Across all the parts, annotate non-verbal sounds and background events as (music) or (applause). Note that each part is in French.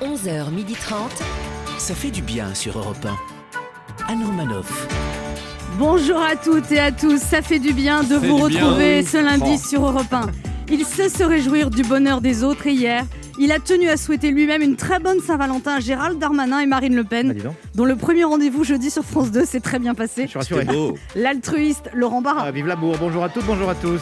11h30. Ça fait du bien sur Europe 1. Anne Romanoff. Bonjour à toutes et à tous, ça fait du bien de vous du bien, retrouver oui. ce lundi Bon. sur Europe 1. Il sait se réjouir du bonheur des autres et hier. Il a tenu à souhaiter lui-même une très bonne Saint-Valentin à Gérald Darmanin et Marine Le Pen, Bah, dis donc. dont le premier rendez-vous jeudi sur France 2 s'est très bien passé. Je suis rassuré. L'altruiste Laurent Barra. Ah, vive l'amour, bonjour à toutes, bonjour à tous.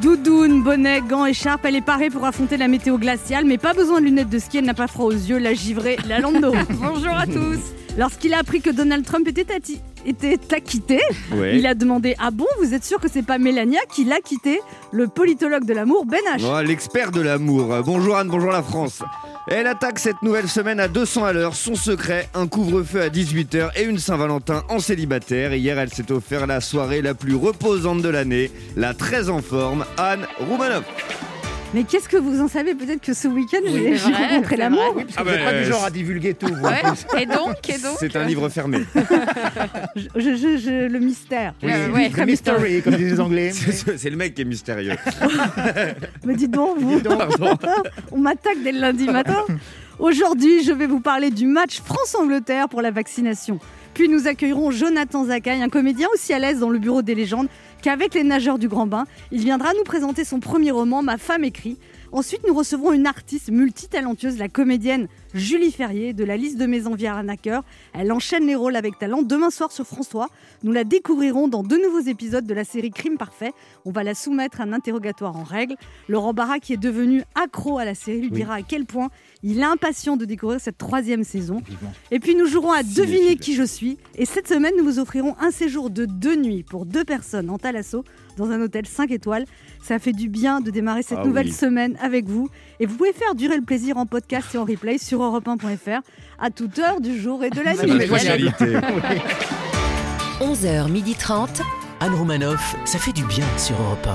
Doudoune, bonnet, gants, écharpe, elle est parée pour affronter la météo glaciale, mais pas besoin de lunettes de ski, elle n'a pas froid aux yeux, la givrée, la lampe d'eau. (laughs) Bonjour à tous. Lorsqu'il a appris que Donald Trump était, atti- était acquitté, Ouais. il a demandé Ah bon, vous êtes sûr que c'est pas Mélania qui l'a quitté Le politologue de l'amour, Ben H. Oh, L'expert de l'amour. Euh, Bonjour Anne, bonjour la France. Elle attaque cette nouvelle semaine à 200 à l'heure. Son secret, un couvre-feu à 18h et une Saint-Valentin en célibataire. Et Hier, elle s'est offert la soirée la plus reposante de l'année, la très en forme Anne Roumanoff. Mais qu'est-ce que vous en savez Peut-être que ce week-end, c'est j'ai (laughs) j'ai vrai, rencontré c'est l'amour. Oui, parce que Ah vous bah, n'êtes ben, euh, pas du genre c'est- à divulguer tout. vous. Ouais. Et (laughs) donc, et donc. C'est un livre fermé. Je- je- je- le mystère. Oui, Euh, ouais. the mystery, comme disent (laughs) les Anglais. C'est ce- c'est le mec qui est mystérieux. (laughs) (laughs) Me dites donc, vous. (laughs) On m'attaque dès le lundi matin. Aujourd'hui, je vais vous parler du match France-Angleterre pour la vaccination. Puis nous accueillerons Jonathan Zakaï, un comédien aussi à l'aise dans le bureau des légendes qu'avec les nageurs du Grand Bain. Il viendra nous présenter son premier roman, Ma femme écrit. Ensuite, nous recevrons une artiste multitalentueuse, la comédienne Julie Ferrier de la liste de Maison Vieranacker. Elle enchaîne les rôles avec talent. Demain soir sur François, nous la découvrirons dans deux nouveaux épisodes de la série Crime Parfait. On va la soumettre à un interrogatoire en règle. Laurent Barra, qui est devenu accro à la série, lui dira à quel point il est impatient de découvrir cette troisième saison. Vivement. Et puis nous jouerons à Cinéphile. deviner qui je suis. Et cette semaine, nous vous offrirons un séjour de deux nuits pour deux personnes en Thalasso dans un hôtel 5 étoiles. Ça fait du bien de démarrer cette Ah nouvelle oui. semaine avec vous. Et vous pouvez faire durer le plaisir en podcast et en replay sur europe 1.fr à toute heure du jour et de la Ça va, nuit. je vois bien. Qualité. 11h30. Anne Romanoff, ça fait du bien sur Europe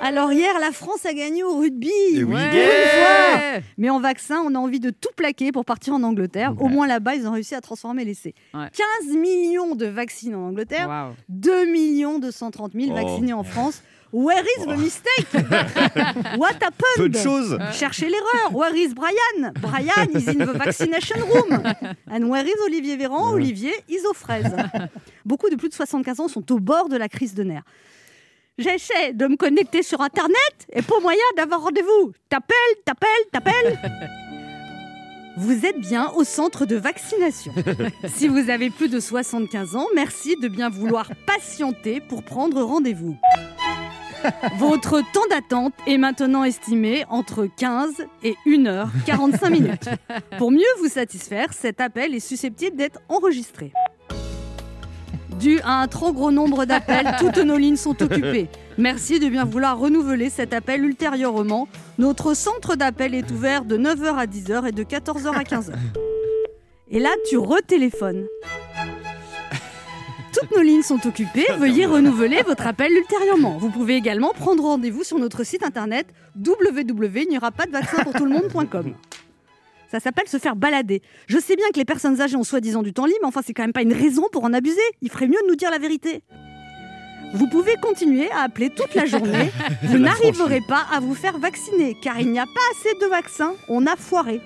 Alors hier, la France a gagné au rugby. Et Eh oui. Pour une fois. Mais en vaccin, on a envie de tout plaquer pour partir en Angleterre. Au moins là-bas, ils ont réussi à transformer l'essai. Ouais. 15 millions de vaccins en Angleterre, Waouh. 2 millions 230 000 Oh. vaccinés en France. Where is (laughs) the mistake What happened Peu de choses. Cherchez l'erreur. Where is Brian Brian is in the vaccination room. And where is Olivier Véran Olivier is aux fraises. Beaucoup de plus de 75 ans sont au bord de la crise de nerfs. J'essaie de me connecter sur Internet et pour moyen d'avoir rendez-vous. T'appelles, t'appelles, t'appelles. Vous êtes bien au centre de vaccination. Si vous avez plus de 75 ans, merci de bien vouloir patienter pour prendre rendez-vous. Votre temps d'attente est maintenant estimé entre 15 et 1h45 minutes. Pour mieux vous satisfaire, cet appel est susceptible d'être enregistré. Dû à un trop gros nombre d'appels, toutes nos lignes sont occupées. Merci de bien vouloir renouveler cet appel ultérieurement. Notre centre d'appel est ouvert de 9h à 10h et de 14h à 15h. Et là, tu retéléphones. Toutes nos lignes sont occupées. Veuillez renouveler votre appel ultérieurement. Vous pouvez également prendre rendez-vous sur notre site internet www.il-n'y-aura-pas-de-vaccin-pour-tout-le-monde.com. Ça s'appelle se faire balader. Je sais bien que les personnes âgées ont soi-disant du temps libre, mais enfin, c'est quand même pas une raison pour en abuser. Il ferait mieux de nous dire la vérité. Vous pouvez continuer à appeler toute la (laughs) journée. Vous n'arriverez pas à vous faire vacciner, car il n'y a pas assez de vaccins. On (laughs) a foiré.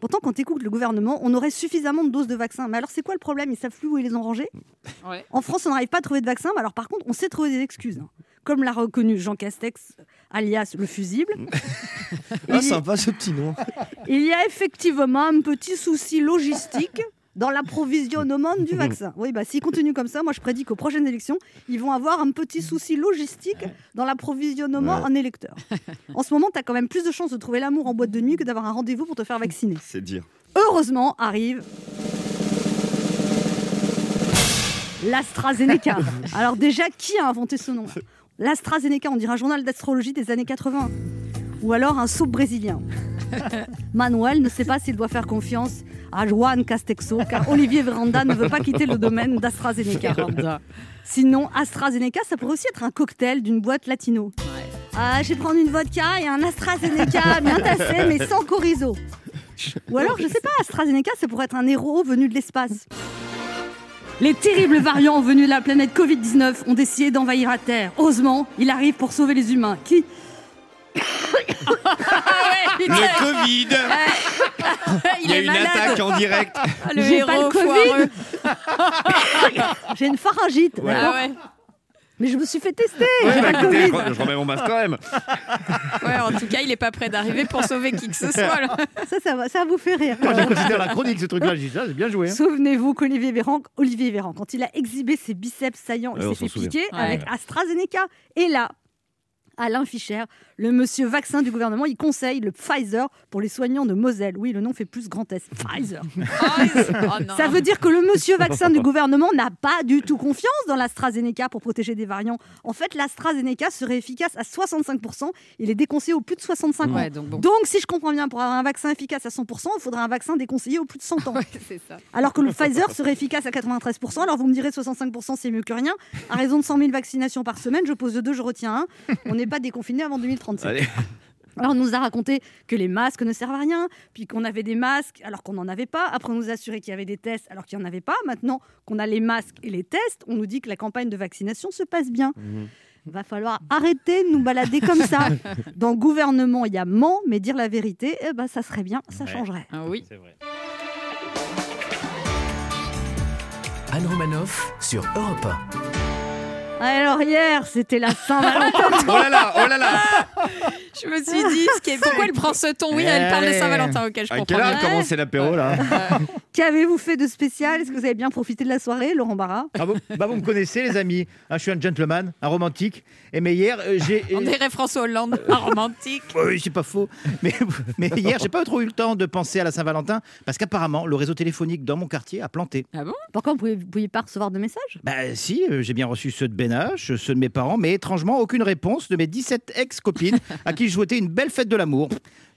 Pourtant, quand écoute le gouvernement, on aurait suffisamment de doses de vaccins. Mais alors, c'est quoi le problème Ils savent plus où ils les ont rangés Ouais. En France, on n'arrive pas à trouver de vaccins. Mais alors, par contre, on sait trouver des excuses. hein. Comme l'a reconnu Jean Castex, alias le fusible. (laughs) Ah, sympa ce petit (laughs) nom. Il y a effectivement un petit souci logistique dans l'approvisionnement du vaccin. Oui, bah s'ils continuent comme ça, moi je prédis qu'aux prochaines élections, ils vont avoir un petit souci logistique dans l'approvisionnement en électeurs. En ce moment, tu as quand même plus de chances de trouver l'amour en boîte de nuit que d'avoir un rendez-vous pour te faire vacciner. C'est dire. Heureusement arrive l'AstraZeneca. Alors déjà, qui a inventé ce nom L'AstraZeneca, on dira journal d'astrologie des années 80. Ou alors un soupe brésilien. Manuel ne sait pas s'il doit faire confiance à Juan Castexo, car Olivier Veranda ne veut pas quitter le domaine d'AstraZeneca. Sinon, AstraZeneca, ça pourrait aussi être un cocktail d'une boîte latino. Ah, je vais prendre une vodka et un AstraZeneca bien tassé, mais sans chorizo. Ou alors, je sais pas, AstraZeneca, ça pourrait être un héros venu de l'espace. Les terribles variants venus de la planète Covid-19 ont décidé d'envahir la Terre. Heureusement, il arrive pour sauver les humains, qui, (laughs) Le Covid Il y a est une malade. attaque en direct. Ah, le J'ai pas le héros Covid. foireux. (laughs) J'ai une pharyngite. Ouais. Ah d'accord ouais. Mais je me suis fait tester. Ouais, J'ai bah, pas le écoutez, Covid. je, je remets mon masque quand même. (laughs) Ouais, en tout cas, il est pas prêt d'arriver pour sauver qui que ce (laughs) soit. là. Ça, ça, va- ça vous fait rire. Moi, Ah, je le considère la chronique, ce truc-là. Je dis ça, c'est bien joué. hein. Souvenez-vous qu'Olivier Véran, Olivier Véran, quand il a exhibé ses biceps saillants, Ouais, il on s'est fait s'en souvient. piquer Ouais. avec AstraZeneca. Et là, Alain Fischer, le monsieur vaccin du gouvernement, il conseille le Pfizer pour les soignants de Moselle. Oui, le nom fait plus grand S. (laughs) Pfizer. Oh, oh non. Ça veut dire que le monsieur vaccin du gouvernement n'a pas du tout confiance dans l'AstraZeneca pour protéger des variants. En fait, l'AstraZeneca serait efficace à 65%. Il est déconseillé aux plus de 65 ans. Ouais, donc bon. Donc, si je comprends bien, pour avoir un vaccin efficace à 100%, il faudra un vaccin déconseillé aux plus de 100 ans. (laughs) Ouais, c'est ça. Alors que le Pfizer serait efficace à 93%. Alors vous me direz 65%, c'est mieux que rien. À raison de 100 000 vaccinations par semaine, je pose de deux, je retiens un. On n'est pas déconfiné avant 2037. Allez. Alors on nous a raconté que les masques ne servent à rien, puis qu'on avait des masques alors qu'on n'en avait pas. Après on nous a assuré qu'il y avait des tests alors qu'il n'y en avait pas. Maintenant qu'on a les masques et les tests, on nous dit que la campagne de vaccination se passe bien. Va falloir arrêter de nous balader comme ça. Dans le gouvernement, il y a ment, mais dire la vérité, eh ben, ça serait bien, ça Ouais. changerait. Ah oui. Anne Romanoff sur Europe Alors hier, c'était la Saint-Valentin. (laughs) Oh là là, oh là là. Je me suis dit, ce qui est- pourquoi elle prend ce ton Oui, elle parle de Saint-Valentin. Ok, je À comprends. quelle heure bien. commence l'apéro là Qu'avez-vous fait de spécial Est-ce que vous avez bien profité de la soirée, Laurent Barra Ah, vous, bah, vous me connaissez, les amis. Ah, je suis un gentleman, un romantique. Et mais hier, euh, j'ai. On dirait François Hollande, pas romantique. (laughs) Oui, c'est pas faux. Mais, mais hier, j'ai pas trop eu le temps de penser à la Saint-Valentin parce qu'apparemment, le réseau téléphonique dans mon quartier a planté. Pourquoi vous ne pouviez, vous pouviez pas recevoir de message Bah si, euh, j'ai bien reçu ceux de Bénache, ceux de mes parents, mais étrangement, aucune réponse de mes 17 ex-copines à qui je souhaitais une belle fête de l'amour.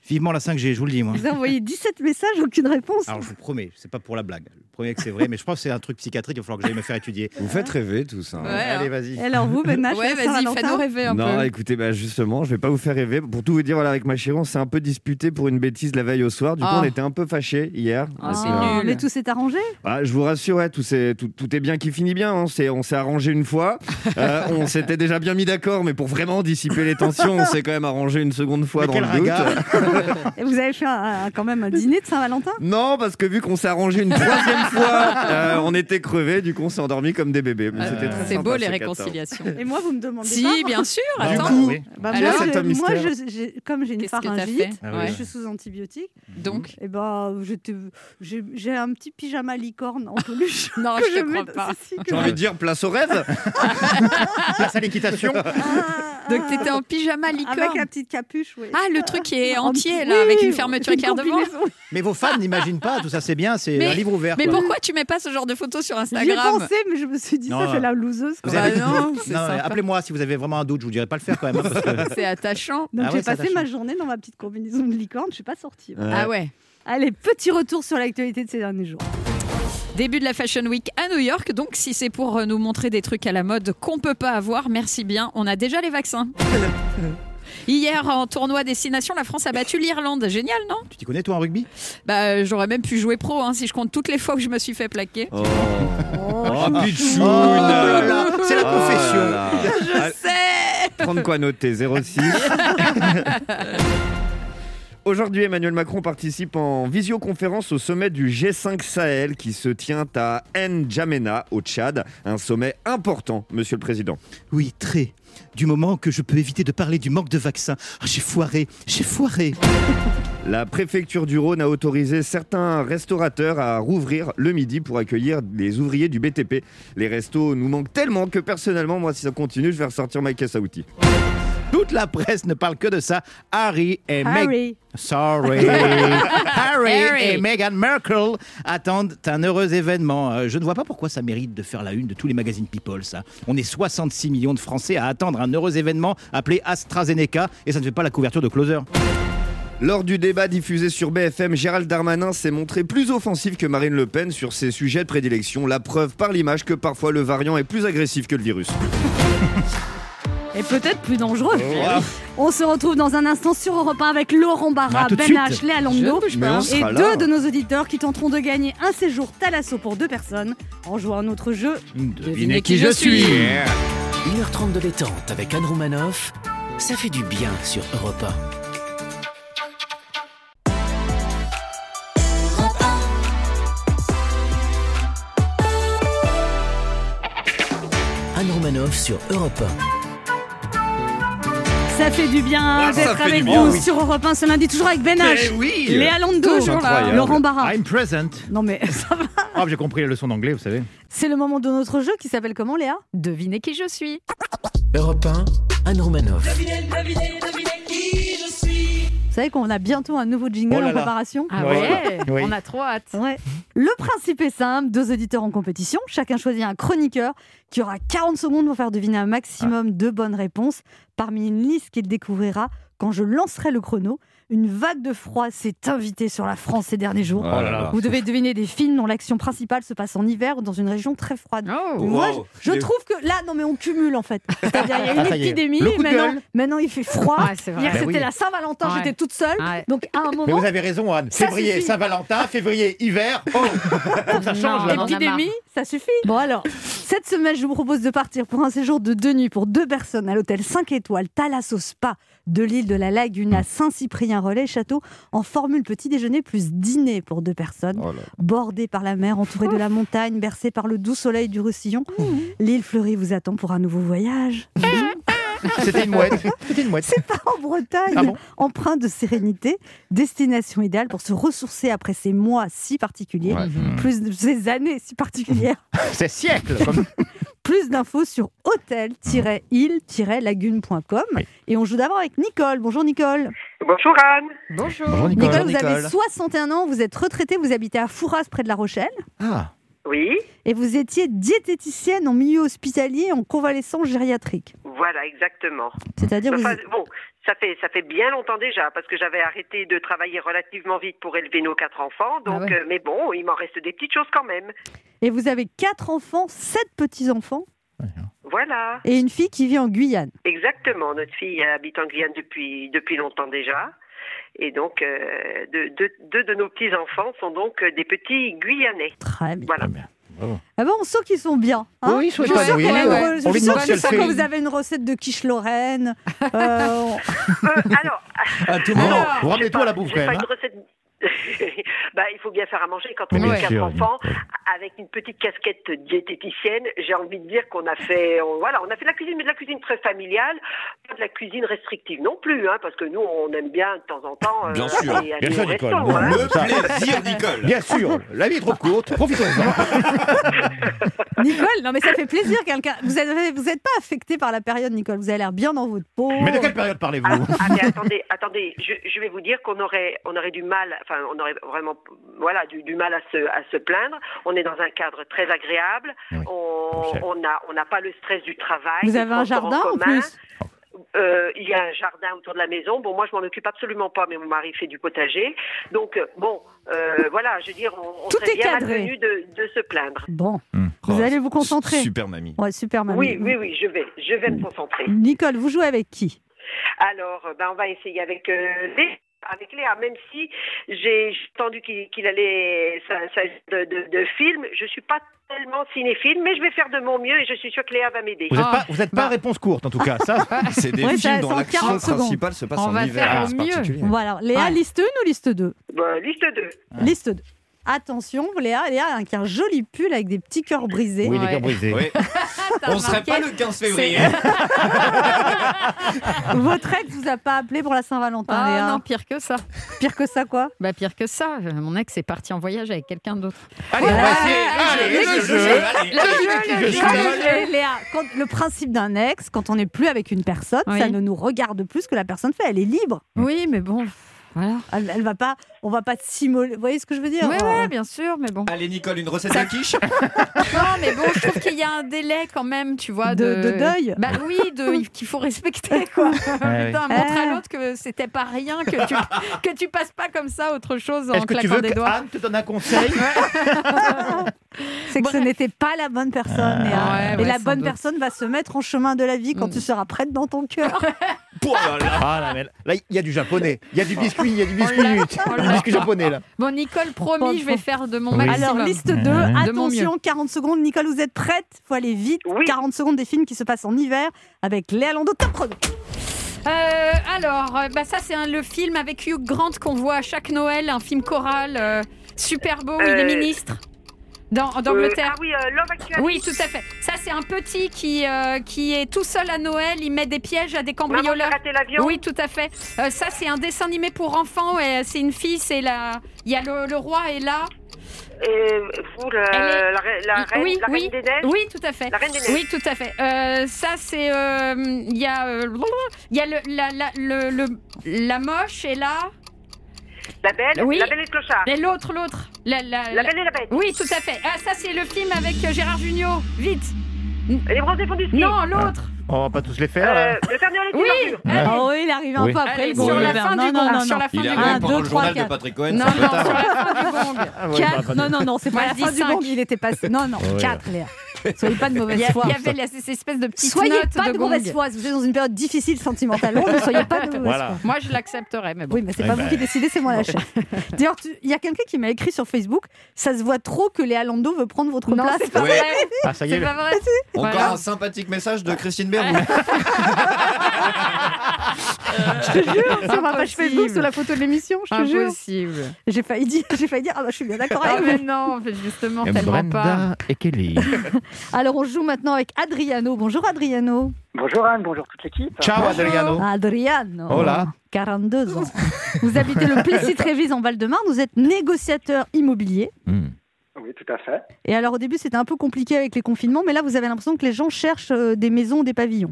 Vivement la 5G, je vous le dis, moi. Vous avez envoyé 17 messages, aucune (laughs) réponse. Alors je vous promets, c'est pas pour la blague. Le premier que c'est vrai, mais je pense que c'est un truc psychiatrique, il va falloir que j'aille me faire étudier. Vous faites rêver tout ça. hein. Ouais, Allez, hein. vas-y. Et Alors vous, Ben Nash, Ouais, la vas-y, Saint-Valentin fais-nous rêver un non, peu. écoutez, bah justement, je vais pas vous faire rêver. Pour tout vous dire, voilà, avec ma chérie, on s'est un peu disputé pour une bêtise la veille au soir. Du coup, Ah. on était un peu fâchés hier. Ah, Parce c'est que- euh, nul. mais tout s'est arrangé. Ah, je vous rassure, ouais, tout, c'est- tout, tout est bien qui finit bien. hein. C'est- On s'est arrangé une (laughs) fois. Euh, on s'était déjà bien mis d'accord, mais pour vraiment dissiper les tensions, on s'est quand même arrangé une seconde fois Mais dans quel le doute. regard. Et vous avez fait un- un- quand même un dîner de Saint-Valentin Non, parce que vu qu'on s'est arrangé une troisième fois, euh, on était crevés. Du coup, on s'est endormis comme des bébés. Mais Ah, c'était très C'est sympa, beau les ce 14. réconciliations. Et moi, vous me demandez pas Si, bien sûr. Du Attends, coup, oui. Bah, Alors, moi, cet homme je- moi, mystère. je- j'ai- comme j'ai une qu'est-ce que t'as fait pharyngite, Ah oui. Ouais. je suis sous antibiotiques, Donc, et bah, j'étais- j'ai j'ai un petit pyjama licorne en peluche. (laughs) non, que je je te mets- crois pas. Bah si, si, que J'ai envie de dire place au rêve. (laughs) Place à l'équitation. Ah, Donc, ah, t'étais en pyjama Avec licorne. la petite capuche, oui. Ah, le truc qui est En- entier, là, avec oui, une fermeture une éclair devant. combinaison. (laughs) Mais vos fans n'imaginent pas, tout ça c'est bien, c'est Mais- un livre ouvert. Mais quoi. pourquoi tu mets pas ce genre de photos sur J'y ai Instagram pensé, mais je me suis dit, Non, ça, c'est non. la loseuse. quoi. Vous avez- non, c'est Non, mais sympa. appelez-moi si vous avez vraiment un doute, je vous dirai pas le faire quand même. hein, parce que- (laughs) C'est attachant. Donc Ah j'ai ouais, ça passé t'a ma journée dans ma petite combinaison de licorne, je suis pas sortie. moi. Ah ouais. Allez, petit retour sur l'actualité de ces derniers jours. Début de la Fashion Week à New York, donc si c'est pour euh, nous montrer des trucs à la mode qu'on peut pas avoir, merci bien, on a déjà (laughs) les vaccins. Hier, en tournoi Destination, la France a battu l'Irlande. Génial, non Tu t'y connais toi en rugby Bah, euh, j'aurais même pu jouer pro hein, si je compte toutes les fois où je me suis fait plaquer. Oh, Oh Oh là là, C'est la confession. Je sais Prendre quoi noter (laughs) 06 Aujourd'hui, Emmanuel Macron participe en visioconférence au sommet du G5 Sahel qui se tient à N'Djamena, au Tchad. Un sommet important, monsieur le président. Oui, très. Du moment que je peux éviter de parler du manque de vaccins. Ah, j'ai foiré, j'ai foiré. La préfecture du Rhône a autorisé certains restaurateurs à rouvrir le midi pour accueillir les ouvriers du BTP. Les restos nous manquent tellement que personnellement, moi, si ça continue, je vais ressortir ma caisse à outils. Toute la presse ne parle que de ça. Harry et Meghan. Harry, (laughs) Sorry. Harry, Harry. et Meghan Merkel attendent un heureux événement. Euh, Je ne vois pas pourquoi ça mérite de faire la une de tous les magazines People, ça. On est 66 millions de Français à attendre un heureux événement appelé AstraZeneca et ça ne fait pas la couverture de Closer. Lors du débat diffusé sur BFM, Gérald Darmanin s'est montré plus offensif que Marine Le Pen sur ses sujets de prédilection. La preuve par l'image que parfois le variant est plus agressif que le virus. et peut-être plus dangereux. Ah, On se retrouve dans un instant sur Europe 1 avec Laurent Barra, Ah, tout de Ben suite. H, Léa Londo Mais on et sera là. deux de nos auditeurs qui tenteront de gagner un séjour Talasso pour deux personnes en jouant à notre jeu. Devinez qui je suis. 1h30 de détente avec Anne Romanoff, ça fait du bien sur Europe Romanov sur Europe Ça fait du bien Ah, ça d'être fait avec du bien, nous oui. sur Europe 1 ce lundi, toujours avec Ben H. Eh oui Léa Londo, Toujours incroyable. Laurent Barra. I'm present. Non mais (laughs) ça va. Ah, j'ai compris la leçon d'anglais, vous savez. C'est le moment de notre jeu qui s'appelle comment Léa Devinez qui je suis. 1. Europe 1, Anne Romanov. Vous savez qu'on a bientôt un nouveau jingle Oh là en là. préparation Ah Oui. (laughs) ouais, Oui. on a trop hâte. Ouais. Le principe est simple, deux auditeurs en compétition, chacun choisit un chroniqueur qui aura 40 secondes pour faire deviner un maximum de bonnes réponses parmi une liste qu'il découvrira quand je lancerai le chrono. Une vague de froid s'est invitée sur la France ces derniers jours. Oh là là. Vous devez deviner des films dont l'action principale se passe en hiver ou dans une région très froide. Oh. Mais Moi, Wow. je, je trouve que là, non mais on cumule en fait. C'est-à-dire, il y Ah, a ça une y est. épidémie, Le coup de maintenant, gueule. maintenant il fait froid. Ouais, c'est vrai. Hier Ben c'était oui. la Saint-Valentin, Ouais. j'étais toute seule. Ouais. Donc à un Mais moment, vous avez raison, Anne. Ça Février, suffit. Saint-Valentin, février, hiver. Oh, faut que ça change Non. là. on en a Épidémie, ça suffit. Bon alors, cette semaine, je vous propose de partir pour un séjour de deux nuits pour deux personnes à l'hôtel 5 étoiles Thalasso Spa de l'île de la Lagune à Saint-Cyprien-Relais-Château en formule petit déjeuner plus dîner pour deux personnes, Oh là là. bordée par la mer, entourée de la montagne, bercée par le doux soleil du Roussillon. L'île fleurie vous attend pour un nouveau voyage. C'était une mouette. (laughs) C'était une mouette. Euh, C'est pas en Bretagne, Ah bon empreinte de sérénité, destination idéale pour se ressourcer après ces mois si particuliers, Ouais. plus ces années si particulières. (laughs) C'est siècle. Comme... Plus d'infos sur hôtel-île-lagune.com. Oui. Et on joue d'abord avec Nicole. Bonjour Nicole. Bonjour Anne. Bonjour. Bonjour Nicole, Nicole. vous avez 61 ans, vous êtes retraitée, vous habitez à Fouras près de La Rochelle. Ah, Oui, Et vous étiez diététicienne en milieu hospitalier en convalescence gériatrique. voilà, exactement. C'est-à-dire vous... Enfin, bon, ça fait, ça fait bien longtemps déjà, parce que j'avais arrêté de travailler relativement vite pour élever nos quatre enfants. Donc, Ah ouais. euh, mais bon, il m'en reste des petites choses quand même. Et vous avez quatre enfants, sept petits-enfants Voilà, et une fille qui vit en Guyane. exactement. Notre fille habite en Guyane depuis, depuis longtemps déjà. Et donc, euh, deux, deux- deux de nos petits-enfants sont donc euh, des petits Guyanais. Très bien. Voilà. Ah bon, on sent qu'ils sont bien. hein oui, Je soit suis Ouais, sûre oui. qu'elle a une ouais. re- je On lui suis sûre demande que si elle chaque fois fait. que vous avez une recette de quiche Lorraine. euh, Euh, alors, À tout moment, Alors, vous ramenez-toi j'ai à la pas- bouffe j'ai quand même. hein. pas une recette. (laughs) bah, il faut bien faire à manger quand on Mais a bien quatre sûr, enfants. Avec une petite casquette diététicienne, j'ai envie de dire qu'on a fait, on- voilà, on a fait de la cuisine, mais de la cuisine très familiale, pas de la cuisine restrictive non plus, hein, parce que nous, on aime bien de temps en temps. euh, Bien sûr. aller- aller Bien sûr, au Nicole. resto, Non, hein. le- Ça. plaisir, Nicole. Bien sûr, la vie est trop courte, Ah. profitons-en. Nicole, non mais ça fait plaisir. Quelqu'un, vous n'êtes vous êtes pas affecté par la période, Nicole. Vous avez l'air bien dans votre peau. Mais de quelle période Ah, parlez-vous ah, mais attendez, (laughs) attendez, je, je vais vous dire qu'on aurait, on aurait du mal, enfin, on aurait vraiment, voilà, du, du mal à se, à se plaindre. On est dans un cadre très agréable. Oui, On Michel. on n'a on n'a pas le stress du Ah, travail. Vous des avez un transports en jardin en commun. plus. Euh, il y a un jardin autour de la maison. Bon, moi, je m'en occupe absolument pas, mais mon mari fait du potager. Donc, euh, bon, euh, voilà, je veux dire, on, on Tout serait est bien cadré. malvenu de, de se plaindre. Bon, Hum. Oh, vous allez vous concentrer. Super mamie. Ouais, super mamie. Oui, oui, oui, je vais, je vais me concentrer. Nicole, vous jouez avec qui Alors, euh, ben, on va essayer avec euh, Léa. Avec Léa, même si j'ai j'ai entendu qu'il qu'il allait ça, ça- de, de, de film, je suis pas tellement cinéphile, mais je vais faire de mon mieux et je suis sûre que Léa va m'aider. Vous n'êtes pas, Ah, vous êtes bah. Ah. pas réponse courte en tout cas, ça. Ah, C'est des Ouais, ça- films ça dont en l'action 40 secondes. principale se passe On en va hiver. faire au c'est mieux. particulier. Bon alors, Léa, Ouais. liste 1 ou liste 2 Ben, liste 2. Liste 2. Attention, Léa, Léa a un joli pull avec des petits cœurs brisés. Oui, les Ouais. cœurs brisés. (laughs) Oui. On serait pas le 15 février. (laughs) Votre ex vous a pas appelé pour la Saint-Valentin, Ah Léa. non, pire que ça. Pire que ça, quoi. Bah pire que ça. Mon ex est parti en voyage avec quelqu'un d'autre. Allez, on va essayer. Allez, le le jeu. jeu. Allez. Le jeu. Quand- Léa, quand, le principe d'un ex, quand on n'est plus avec une personne, Oui. ça ne nous regarde plus ce que la personne fait. Elle est libre. Oui, mais bon, voilà. Elle, elle va pas, on va pas s'immoler. Vous voyez ce que je veux dire (laughs) Oui, ouais, bien sûr, mais bon. Allez, Nicole, une recette de quiche Non, Ah, mais bon, je trouve qu'il y a un délai quand même, tu vois, De- de, de deuil. Bah oui, de qu'il faut (laughs) respecter quoi. Putain, montre à Ah. l'autre que c'était pas rien, que tu que tu passes pas comme ça autre chose en Est-ce que tu veux claquant des que doigts. Anne te donne un conseil C'est que ce Bref. n'était pas la bonne personne. Léa. ouais, Et ouais, la sans bonne doute. personne va se mettre en chemin de la vie quand Mm. tu seras prête dans ton cœur. Oh là là. Ah là, mais là, il y a du japonais, il y a du biscuit, il y a du biscuit, l'a, Oh. on du l'a. biscuit japonais là. Bon, Nicole, Bon, promis, je vais bon. faire de mon Oui. maximum. Alors, liste 2, De mon attention, 40 secondes. Nicole, vous êtes prête faut aller vite. Oui. 40 secondes des films qui se passent en hiver avec Léa Lando. Top chrono. Euh, alors, euh, bah ça c'est un- le film avec Hugh Grant qu'on voit à chaque Noël, un film choral euh, super beau, il est Euh, ministre. Dans, Euh, d'Angleterre. ah oui, euh, Love Actually. Oui, tout à fait. Ça, c'est un petit qui, euh, qui est tout seul à Noël. Il met des pièges à des Maman, j'ai cambrioleurs. raté l'avion. Oui, tout à fait. Euh, ça, c'est un dessin animé pour enfants. et, euh, C'est une fille, c'est la... Il y a le, le roi est là. Et vous, la, Elle est- Euh, la re- la reine, oui, la reine oui, des neiges. oui, tout à fait. La reine des neiges. Oui, tout à fait. Euh, ça, c'est... euh, Il y a, euh, il y a le, la, la, le- le- la moche est là. La belle, Oui. la belle et le clochard. Et l'autre, l'autre. La, la- La la- belle et la bête. Oui, tout à fait. Ah, ça, c'est le film avec euh, Gérard Junior. Vite. Les bronzés font du ski. Non, l'autre. On va pas tous les faire. Euh, là. le Père Noël est Oui. une ordure. allez. Ah oui, il arrive un Oui. peu après. Allez, le gong. sur la Non, fin du non, gong, non, sur non. la fin Il du est gong. arrivé Un, pendant deux, le trois, journal de quatre. Patrick Cohen. Non, c'est un peu non, tard. sur la fin du gong. Ah ouais, bah, pas Quatre, de- non, non, non, c'est Moi, pas je la dis fin du cinq. gong, il était passé. Non, non, Ouais. quatre, Léa. (laughs) Soyez pas de Il y, mauvaise a- foi. il y avait la- cette espèce de petite Soyez note pas de, gong. mauvaise foi. Vous êtes dans une période difficile (laughs) sentimentalement, ne soyez pas de mauvaise foi. Voilà. Moi, je l'accepterais, mais bon. Oui, mais c'est Eh pas ben. vous qui décidez, c'est moi la chef. D'ailleurs, tu- il y a quelqu'un qui m'a écrit sur Facebook ça se voit trop que Léa Lando veut prendre votre non, place. c'est pas Oui. vrai. Ah, ça y C'est est. pas vrai. Encore Voilà. un sympathique message de Christine Berrou. Je te jure, sur ma page Impossible. Facebook, sur la photo de l'émission, je te jure. Impossible. J'ai failli dire, j'ai failli dire, ah bah je suis bien d'accord Ah, avec mais vous. non, en fait, justement, Et tellement pas. Brenda et Kelly. Alors on joue maintenant avec Adriano. Bonjour Adriano. Bonjour Anne, bonjour toute l'équipe. Ciao, Adriano. Adriano. Hola. 42 ans. Vous habitez le Plessis-Trévise en Val-de-Marne. Vous êtes négociateur immobilier. Hmm. Oui, tout à fait. Et alors au début c'était un peu compliqué avec les confinements, mais là vous avez l'impression que les gens cherchent euh, des maisons, des pavillons.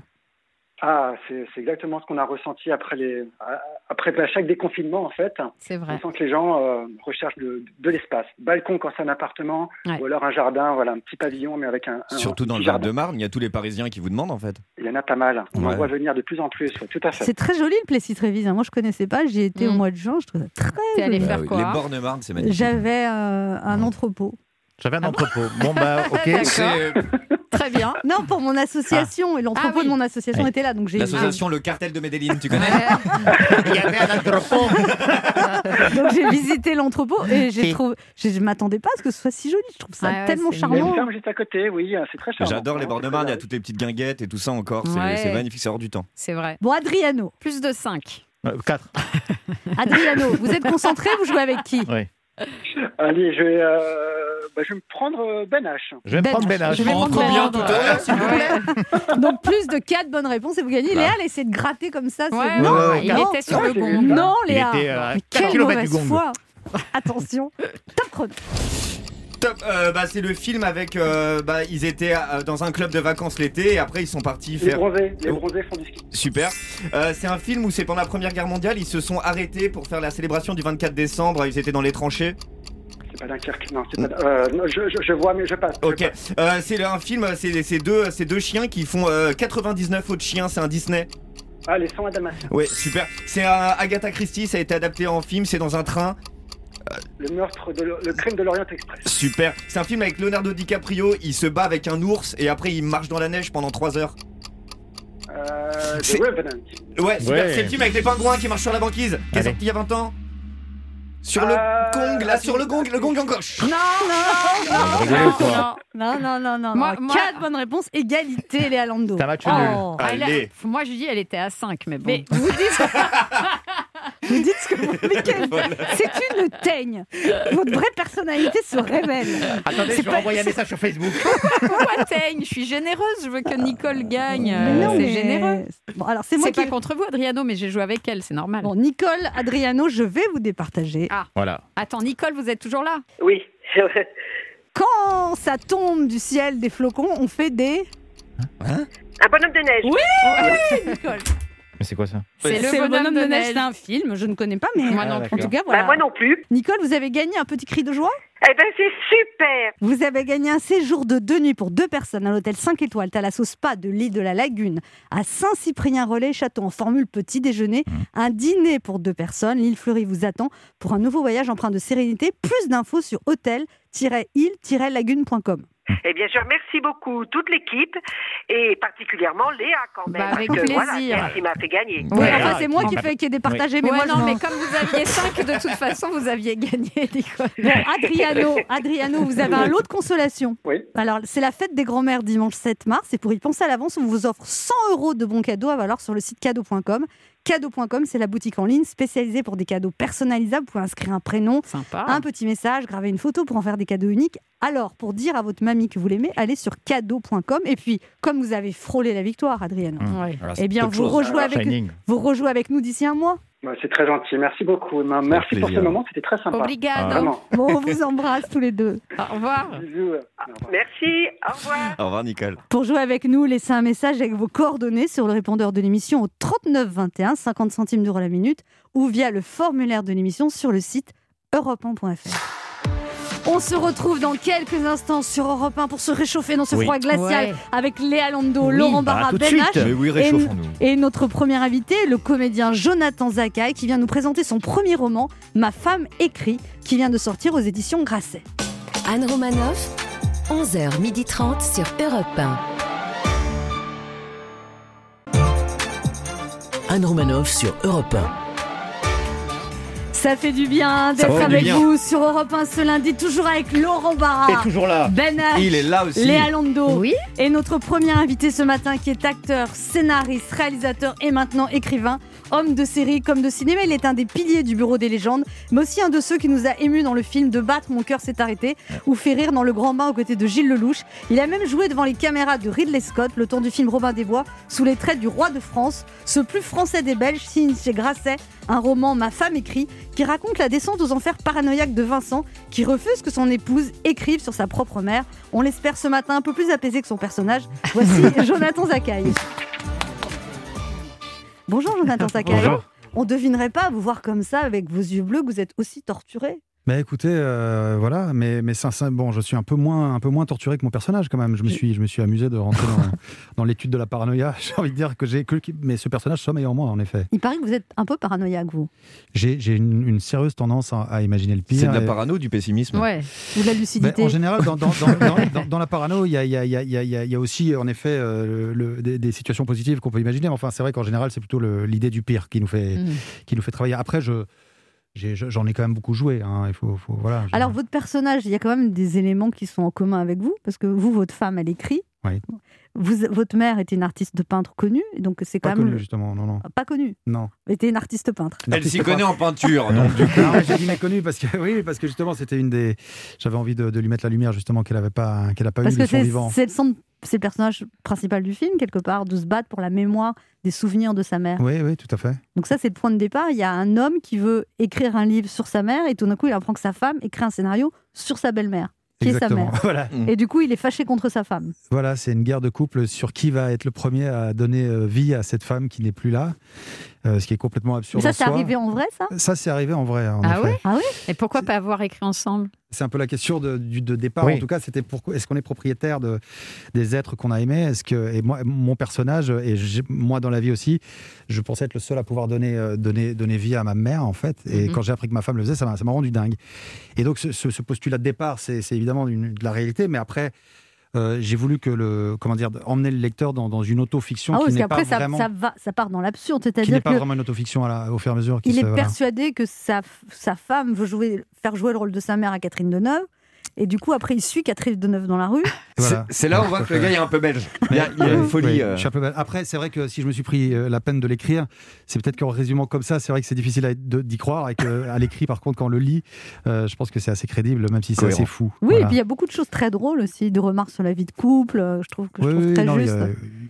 Ah, c'est c'est exactement ce qu'on a ressenti après les à- après à chaque déconfinement en fait. C'est On vrai. sent que les gens euh, recherchent de, de l'espace, balcon quand c'est un appartement, Ouais. ou alors un jardin, voilà un petit pavillon mais avec un, un Surtout dans petit le jardin. Val-de-Marne, il y a tous les Parisiens qui vous demandent en fait. Il y en a pas mal. On en Ouais. voit venir de plus en plus. ouais, tout (laughs) à fait. C'est très joli le Plessis-Trévise. hein. Moi je connaissais pas. J'y étais au Mm. mois de juin. Je trouvais ça T'es très allé joli. faire Ah oui, quoi Les bornes Marne, c'est magnifique. J'avais euh, un Ouais. entrepôt. J'avais un entrepôt. Bon, (laughs) bah, ok. D'accord. C'est Très bien. Non, pour mon association. Et l'entrepôt Ah oui. de mon association Ouais. était là. Donc j'ai l'association Le Cartel de Medellin, tu connais Ouais. Il y avait un entrepôt. (laughs) Donc j'ai visité l'entrepôt et j'ai trouvé. j'ai- Je m'attendais pas à ce que ce soit si joli. Je trouve ça Ah Ouais, ouais, tellement c'est Il y a charmant. une ferme juste à côté, oui, hein, c'est très charmant. J'adore les bornes de C'est Marne, il y a très- toutes les petites guinguettes et tout ça encore. c'est- Ouais. C'est magnifique, c'est hors du temps. C'est vrai. Bon, Adriano, Plus de 5. 4. (laughs) Adriano, vous êtes concentré Vous jouez avec qui (laughs) Allez, je vais, euh, bah, je vais me prendre euh, Ben H. Je vais Ben prendre H. Ben H. Je vais prendre Ben H. l'heure (laughs) Donc plus de 4 bonnes réponses et vous gagnez. Léa, elle essaie de gratter comme ça. c'est- Ouais, Non, ouais, il non, était sur le j'ai gong. eu non, Il Léa. était à Mais 4 quelle km du mauvaise gong. foi. Attention, top chrono. Top, euh, bah, c'est le film avec. euh, bah, ils étaient euh, dans un club de vacances l'été et après ils sont partis Les faire. bronzés, les Oh. bronzés font du ski. Super. Euh, c'est un film où c'est pendant la Première Guerre mondiale, ils se sont arrêtés pour faire la célébration du 24 décembre, ils étaient dans les tranchées. C'est pas Dunkerque, non. C'est pas, euh, non, je, je, je vois, mais je passe. je Ok. Euh, c'est un film, c'est c'est deux, c'est deux chiens qui font euh, 99 autres chiens, c'est un Disney. passe. Ah, les sons à Damas. Ouais, super. C'est un Agatha Christie, ça a été adapté en film, c'est dans un train. Le meurtre, de, l'O- le crime de l'Orient Express. Super. C'est un film avec Leonardo DiCaprio, il se bat avec un ours et après il marche dans la neige pendant 3 heures. Euh, C'est- The Revenant. Ouais, super. Ouais. C'est le film avec les pingouins qui marchent sur la banquise, qui est Allez. sorti il y a 20 ans. Sur le Euh, gong, là, sur le gong, le gong en gauche. Non, non, rigolez non, ou quoi (laughs) non. Non, non, non, non. Moi- non. moi- Quatre bonnes réponses, égalité, Léa Lando. C'est un match Oh. Ah, elle a- Allez. Moi, je dis, elle était à 5, mais bon. Mais vous dites, vous dites ce que vous voulez. (laughs) Quelle- C'est une teigne. Votre vraie personnalité se (laughs) révèle. Attendez, C'est je vais pas- envoyer un message sur Facebook. Pourquoi Teigne Je suis généreuse, je veux que Nicole gagne. Mais euh, non, C'est mais- généreux. Bon, alors c'est moi C'est qui. pas contre vous, Adriano, mais j'ai joué avec elle, c'est normal. Bon, Nicole, Adriano, je vais vous départager. Ah. Voilà. Attends, Nicole, vous êtes toujours là Oui. Quand ça tombe du ciel des flocons, on fait des. (laughs) Hein Un bonhomme de neige. (laughs) Mais c'est quoi ça C'est le bonhomme, de neige. C'est un film, je ne connais pas, mais euh, Moi Ah, non d'accord. en plus. tout cas, Bah, voilà. moi non plus. Nicole, vous avez gagné un petit cri de joie. Eh ben c'est super. Vous avez gagné un séjour de deux nuits pour deux personnes à l'hôtel 5 étoiles Thalasso Spa de l'île de la Lagune, à Saint-Cyprien-Relais, château en formule petit déjeuner, Mmh. un dîner pour deux personnes. L'île Fleurie vous attend pour un nouveau voyage empreint de sérénité. Plus d'infos sur hôtel-île-lagune.com. Eh bien, je remercie beaucoup toute l'équipe et particulièrement Léa quand même. Bah, avec parce que, voilà, plaisir. c'est elle qui m'a fait gagner. Oui, Ouais, enfin, ah, c'est moi non, qui bah, fais qu'il y ait des partagés, mais Ouais, moi, non, je- mais comme vous (laughs) aviez 5, de toute façon, vous aviez gagné, (laughs) Nicole. Bon, Adriano, Adriano, vous avez un lot de consolation. Oui. Alors, c'est la fête des grands-mères dimanche 7 mars. Et pour y penser à l'avance, on vous offre 100 euros de bons cadeaux à valoir sur le site cadeau.com. Cadeau.com, c'est la boutique en ligne spécialisée pour des cadeaux personnalisables. Vous pouvez inscrire un prénom, Sympa. un petit message, graver une photo pour en faire des cadeaux uniques. Alors, pour dire à votre mamie que vous l'aimez, allez sur cadeau.com. Et puis, comme vous avez frôlé la victoire, Adrienne, Mmh. Ouais. Alors, eh bien, c'est vous autre chose. rejouez, avec, Shining. vous rejouez avec nous d'ici un mois. Bah, c'est très gentil. Merci beaucoup. Emma. Merci pour ce plaisir. moment. C'était très sympa. Obrigado. Vraiment. Bon, on (laughs) vous embrasse tous les deux. Au revoir. Bisous. Au revoir. Merci, au revoir. Au revoir, Nicole. Pour jouer avec nous, laissez un message avec vos coordonnées sur le répondeur de l'émission au 39 21, 50 centimes d'euros la minute, ou via le formulaire de l'émission sur le site europe1.fr. On se retrouve dans quelques instants sur Europe 1 pour se réchauffer dans ce Oui. froid glacial Ouais. avec Léa Lando, Oui, Laurent bah, Barra, tout de Ben suite. H. Mais oui, réchauffons-nous. Et notre premier invité, le comédien Jonathan Zakai, qui vient nous présenter son premier roman, Ma femme écrit, qui vient de sortir aux éditions Grasset. Anne Romanoff, 11h30 sur Europe 1. Anne Romanoff sur Europe 1. Ça fait du bien d'être fait du avec bien. vous sur Europe 1 ce lundi, toujours avec Laurent Barra, Et toujours là. Ben H, Il est là aussi. Léa Lando Oui. et notre premier invité ce matin qui est acteur, scénariste, réalisateur et maintenant écrivain, homme de série comme de cinéma. Il est un des piliers du Bureau des légendes, mais aussi un de ceux qui nous a émus dans le film De battre, mon cœur s'est arrêté ou fait rire dans Le Grand Bain aux côtés de Gilles Lelouch. Il a même joué devant les caméras de Ridley Scott le temps du film Robin des Bois sous les traits du roi de France. Ce plus français des Belges signe chez Grasset un roman Ma femme écrit qui raconte la descente aux enfers paranoïaques de Vincent qui refuse que son épouse écrive sur sa propre mère. On l'espère ce matin un peu plus apaisé que son personnage. Voici (laughs) Jonathan Zakaï. Bonjour Jonathan Zakaï. Bonjour. On devinerait pas à vous voir comme ça avec vos yeux bleus que vous êtes aussi torturé. Bah écoutez, euh, voilà, mais, mais ça, ça- bon, je suis un peu, moins, un peu moins torturé que mon personnage quand même. Je me suis, je me suis amusé de rentrer dans, dans l'étude de la paranoïa. (laughs) J'ai envie de dire que j'ai. que- Mais ce personnage sommeille en moi, en effet. Il paraît que vous êtes un peu paranoïaque vous. J'ai j'ai une, une sérieuse tendance à, à imaginer le pire. C'est de la et- parano, du pessimisme. Ouais. Ou de la Ben, lucidité. en général, dans, dans- dans- (laughs) dans- dans- dans la parano, il y a, il y a- il y a- il y a- il y a- il y a aussi, en effet, euh, le- des, des situations positives qu'on peut imaginer. Mais Enfin, c'est vrai qu'en général, c'est plutôt le- l'idée du pire qui nous fait, Mhm. Mm. qui nous fait travailler. Après, je- j'ai- je- j'en ai, quand même beaucoup joué. hein. Il faut, faut- voilà, je- Alors, votre personnage, il y a quand même des éléments qui sont en commun avec vous, parce que vous, votre femme, elle écrit. Oui. Vous, votre mère était une artiste de peintre connue, et donc c'est quand pas même. connu, justement. Non, non. le- Pas connue, non. elle était une artiste peintre. Elle s'y connaît en peinture. Non, donc. mais j'ai dit méconnu parce que (laughs) oui, parce que justement c'était une des. J'avais envie de, de lui mettre la lumière justement qu'elle n'avait pas, qu'elle a pas Parce eu de que son c'est vivant. c'est le centre- c'est le personnage principal du film, quelque part, de se battre pour la mémoire des souvenirs de sa mère. Oui, oui, tout à fait. Donc, ça, c'est le point de départ. Il y a un homme qui veut écrire un livre sur sa mère, et tout d'un coup, il apprend que sa femme écrit un scénario sur sa belle-mère, qui est Exactement. sa mère. (laughs) Voilà, Mm. Et du coup, il est fâché contre sa femme. voilà, c'est une guerre de couple sur qui va être le premier à donner euh, vie à cette femme qui n'est plus là, euh, ce qui est complètement Mais absurde. ça, en c'est soi. arrivé en vrai, ça Ça, c'est arrivé en vrai. en Ah effet. ouais Ah ouais Et pourquoi pas avoir écrit ensemble C'est un peu la question de, du- de départ. Oui. En tout cas, c'était pourquoi est-ce qu'on est propriétaire de, des êtres qu'on a aimés Est-ce que et moi, mon personnage et j'ai- moi dans la vie aussi, je pensais être le seul à pouvoir donner euh, donner donner vie à ma mère en fait. Et Mm-hmm. Mhm. quand j'ai appris que ma femme le faisait, ça m'a ça m'a rendu dingue. Et donc ce, ce- ce postulat de départ, c'est c'est évidemment une- de la réalité, mais après. euh, j'ai voulu que le comment dire emmener le lecteur dans, dans une autofiction Ah oui, qui parce n'est pas qu'après, ça, vraiment ça va, ça part dans l'absurde. qui n'est C'est-à-dire pas que vraiment une autofiction à la- au fur et à mesure qui il se- est voilà. persuadé que sa, sa femme veut jouer, faire jouer le rôle de sa mère à Catherine Deneuve. Et du coup, après, il suit Catherine Deneuve dans (laughs) la rue. Voilà. C'est- C'est là où on voit que le gars est un peu belge. Il y a, il y a une folie. Oui, euh. je suis un peu mal. Après, c'est vrai que si je me suis pris euh, la peine de l'écrire, c'est peut-être qu'en résumant comme ça, c'est vrai que c'est difficile à- de- d'y croire. Et que, à l'écrit, par contre, quand on le lit, euh, je pense que c'est assez crédible, même si c'est Cohérent. assez fou. Oui, Voilà. et puis il y a beaucoup de choses très drôles aussi, de remarques sur la vie de couple, euh, je trouve que je Oui, trouve oui, très non, il y juste. a-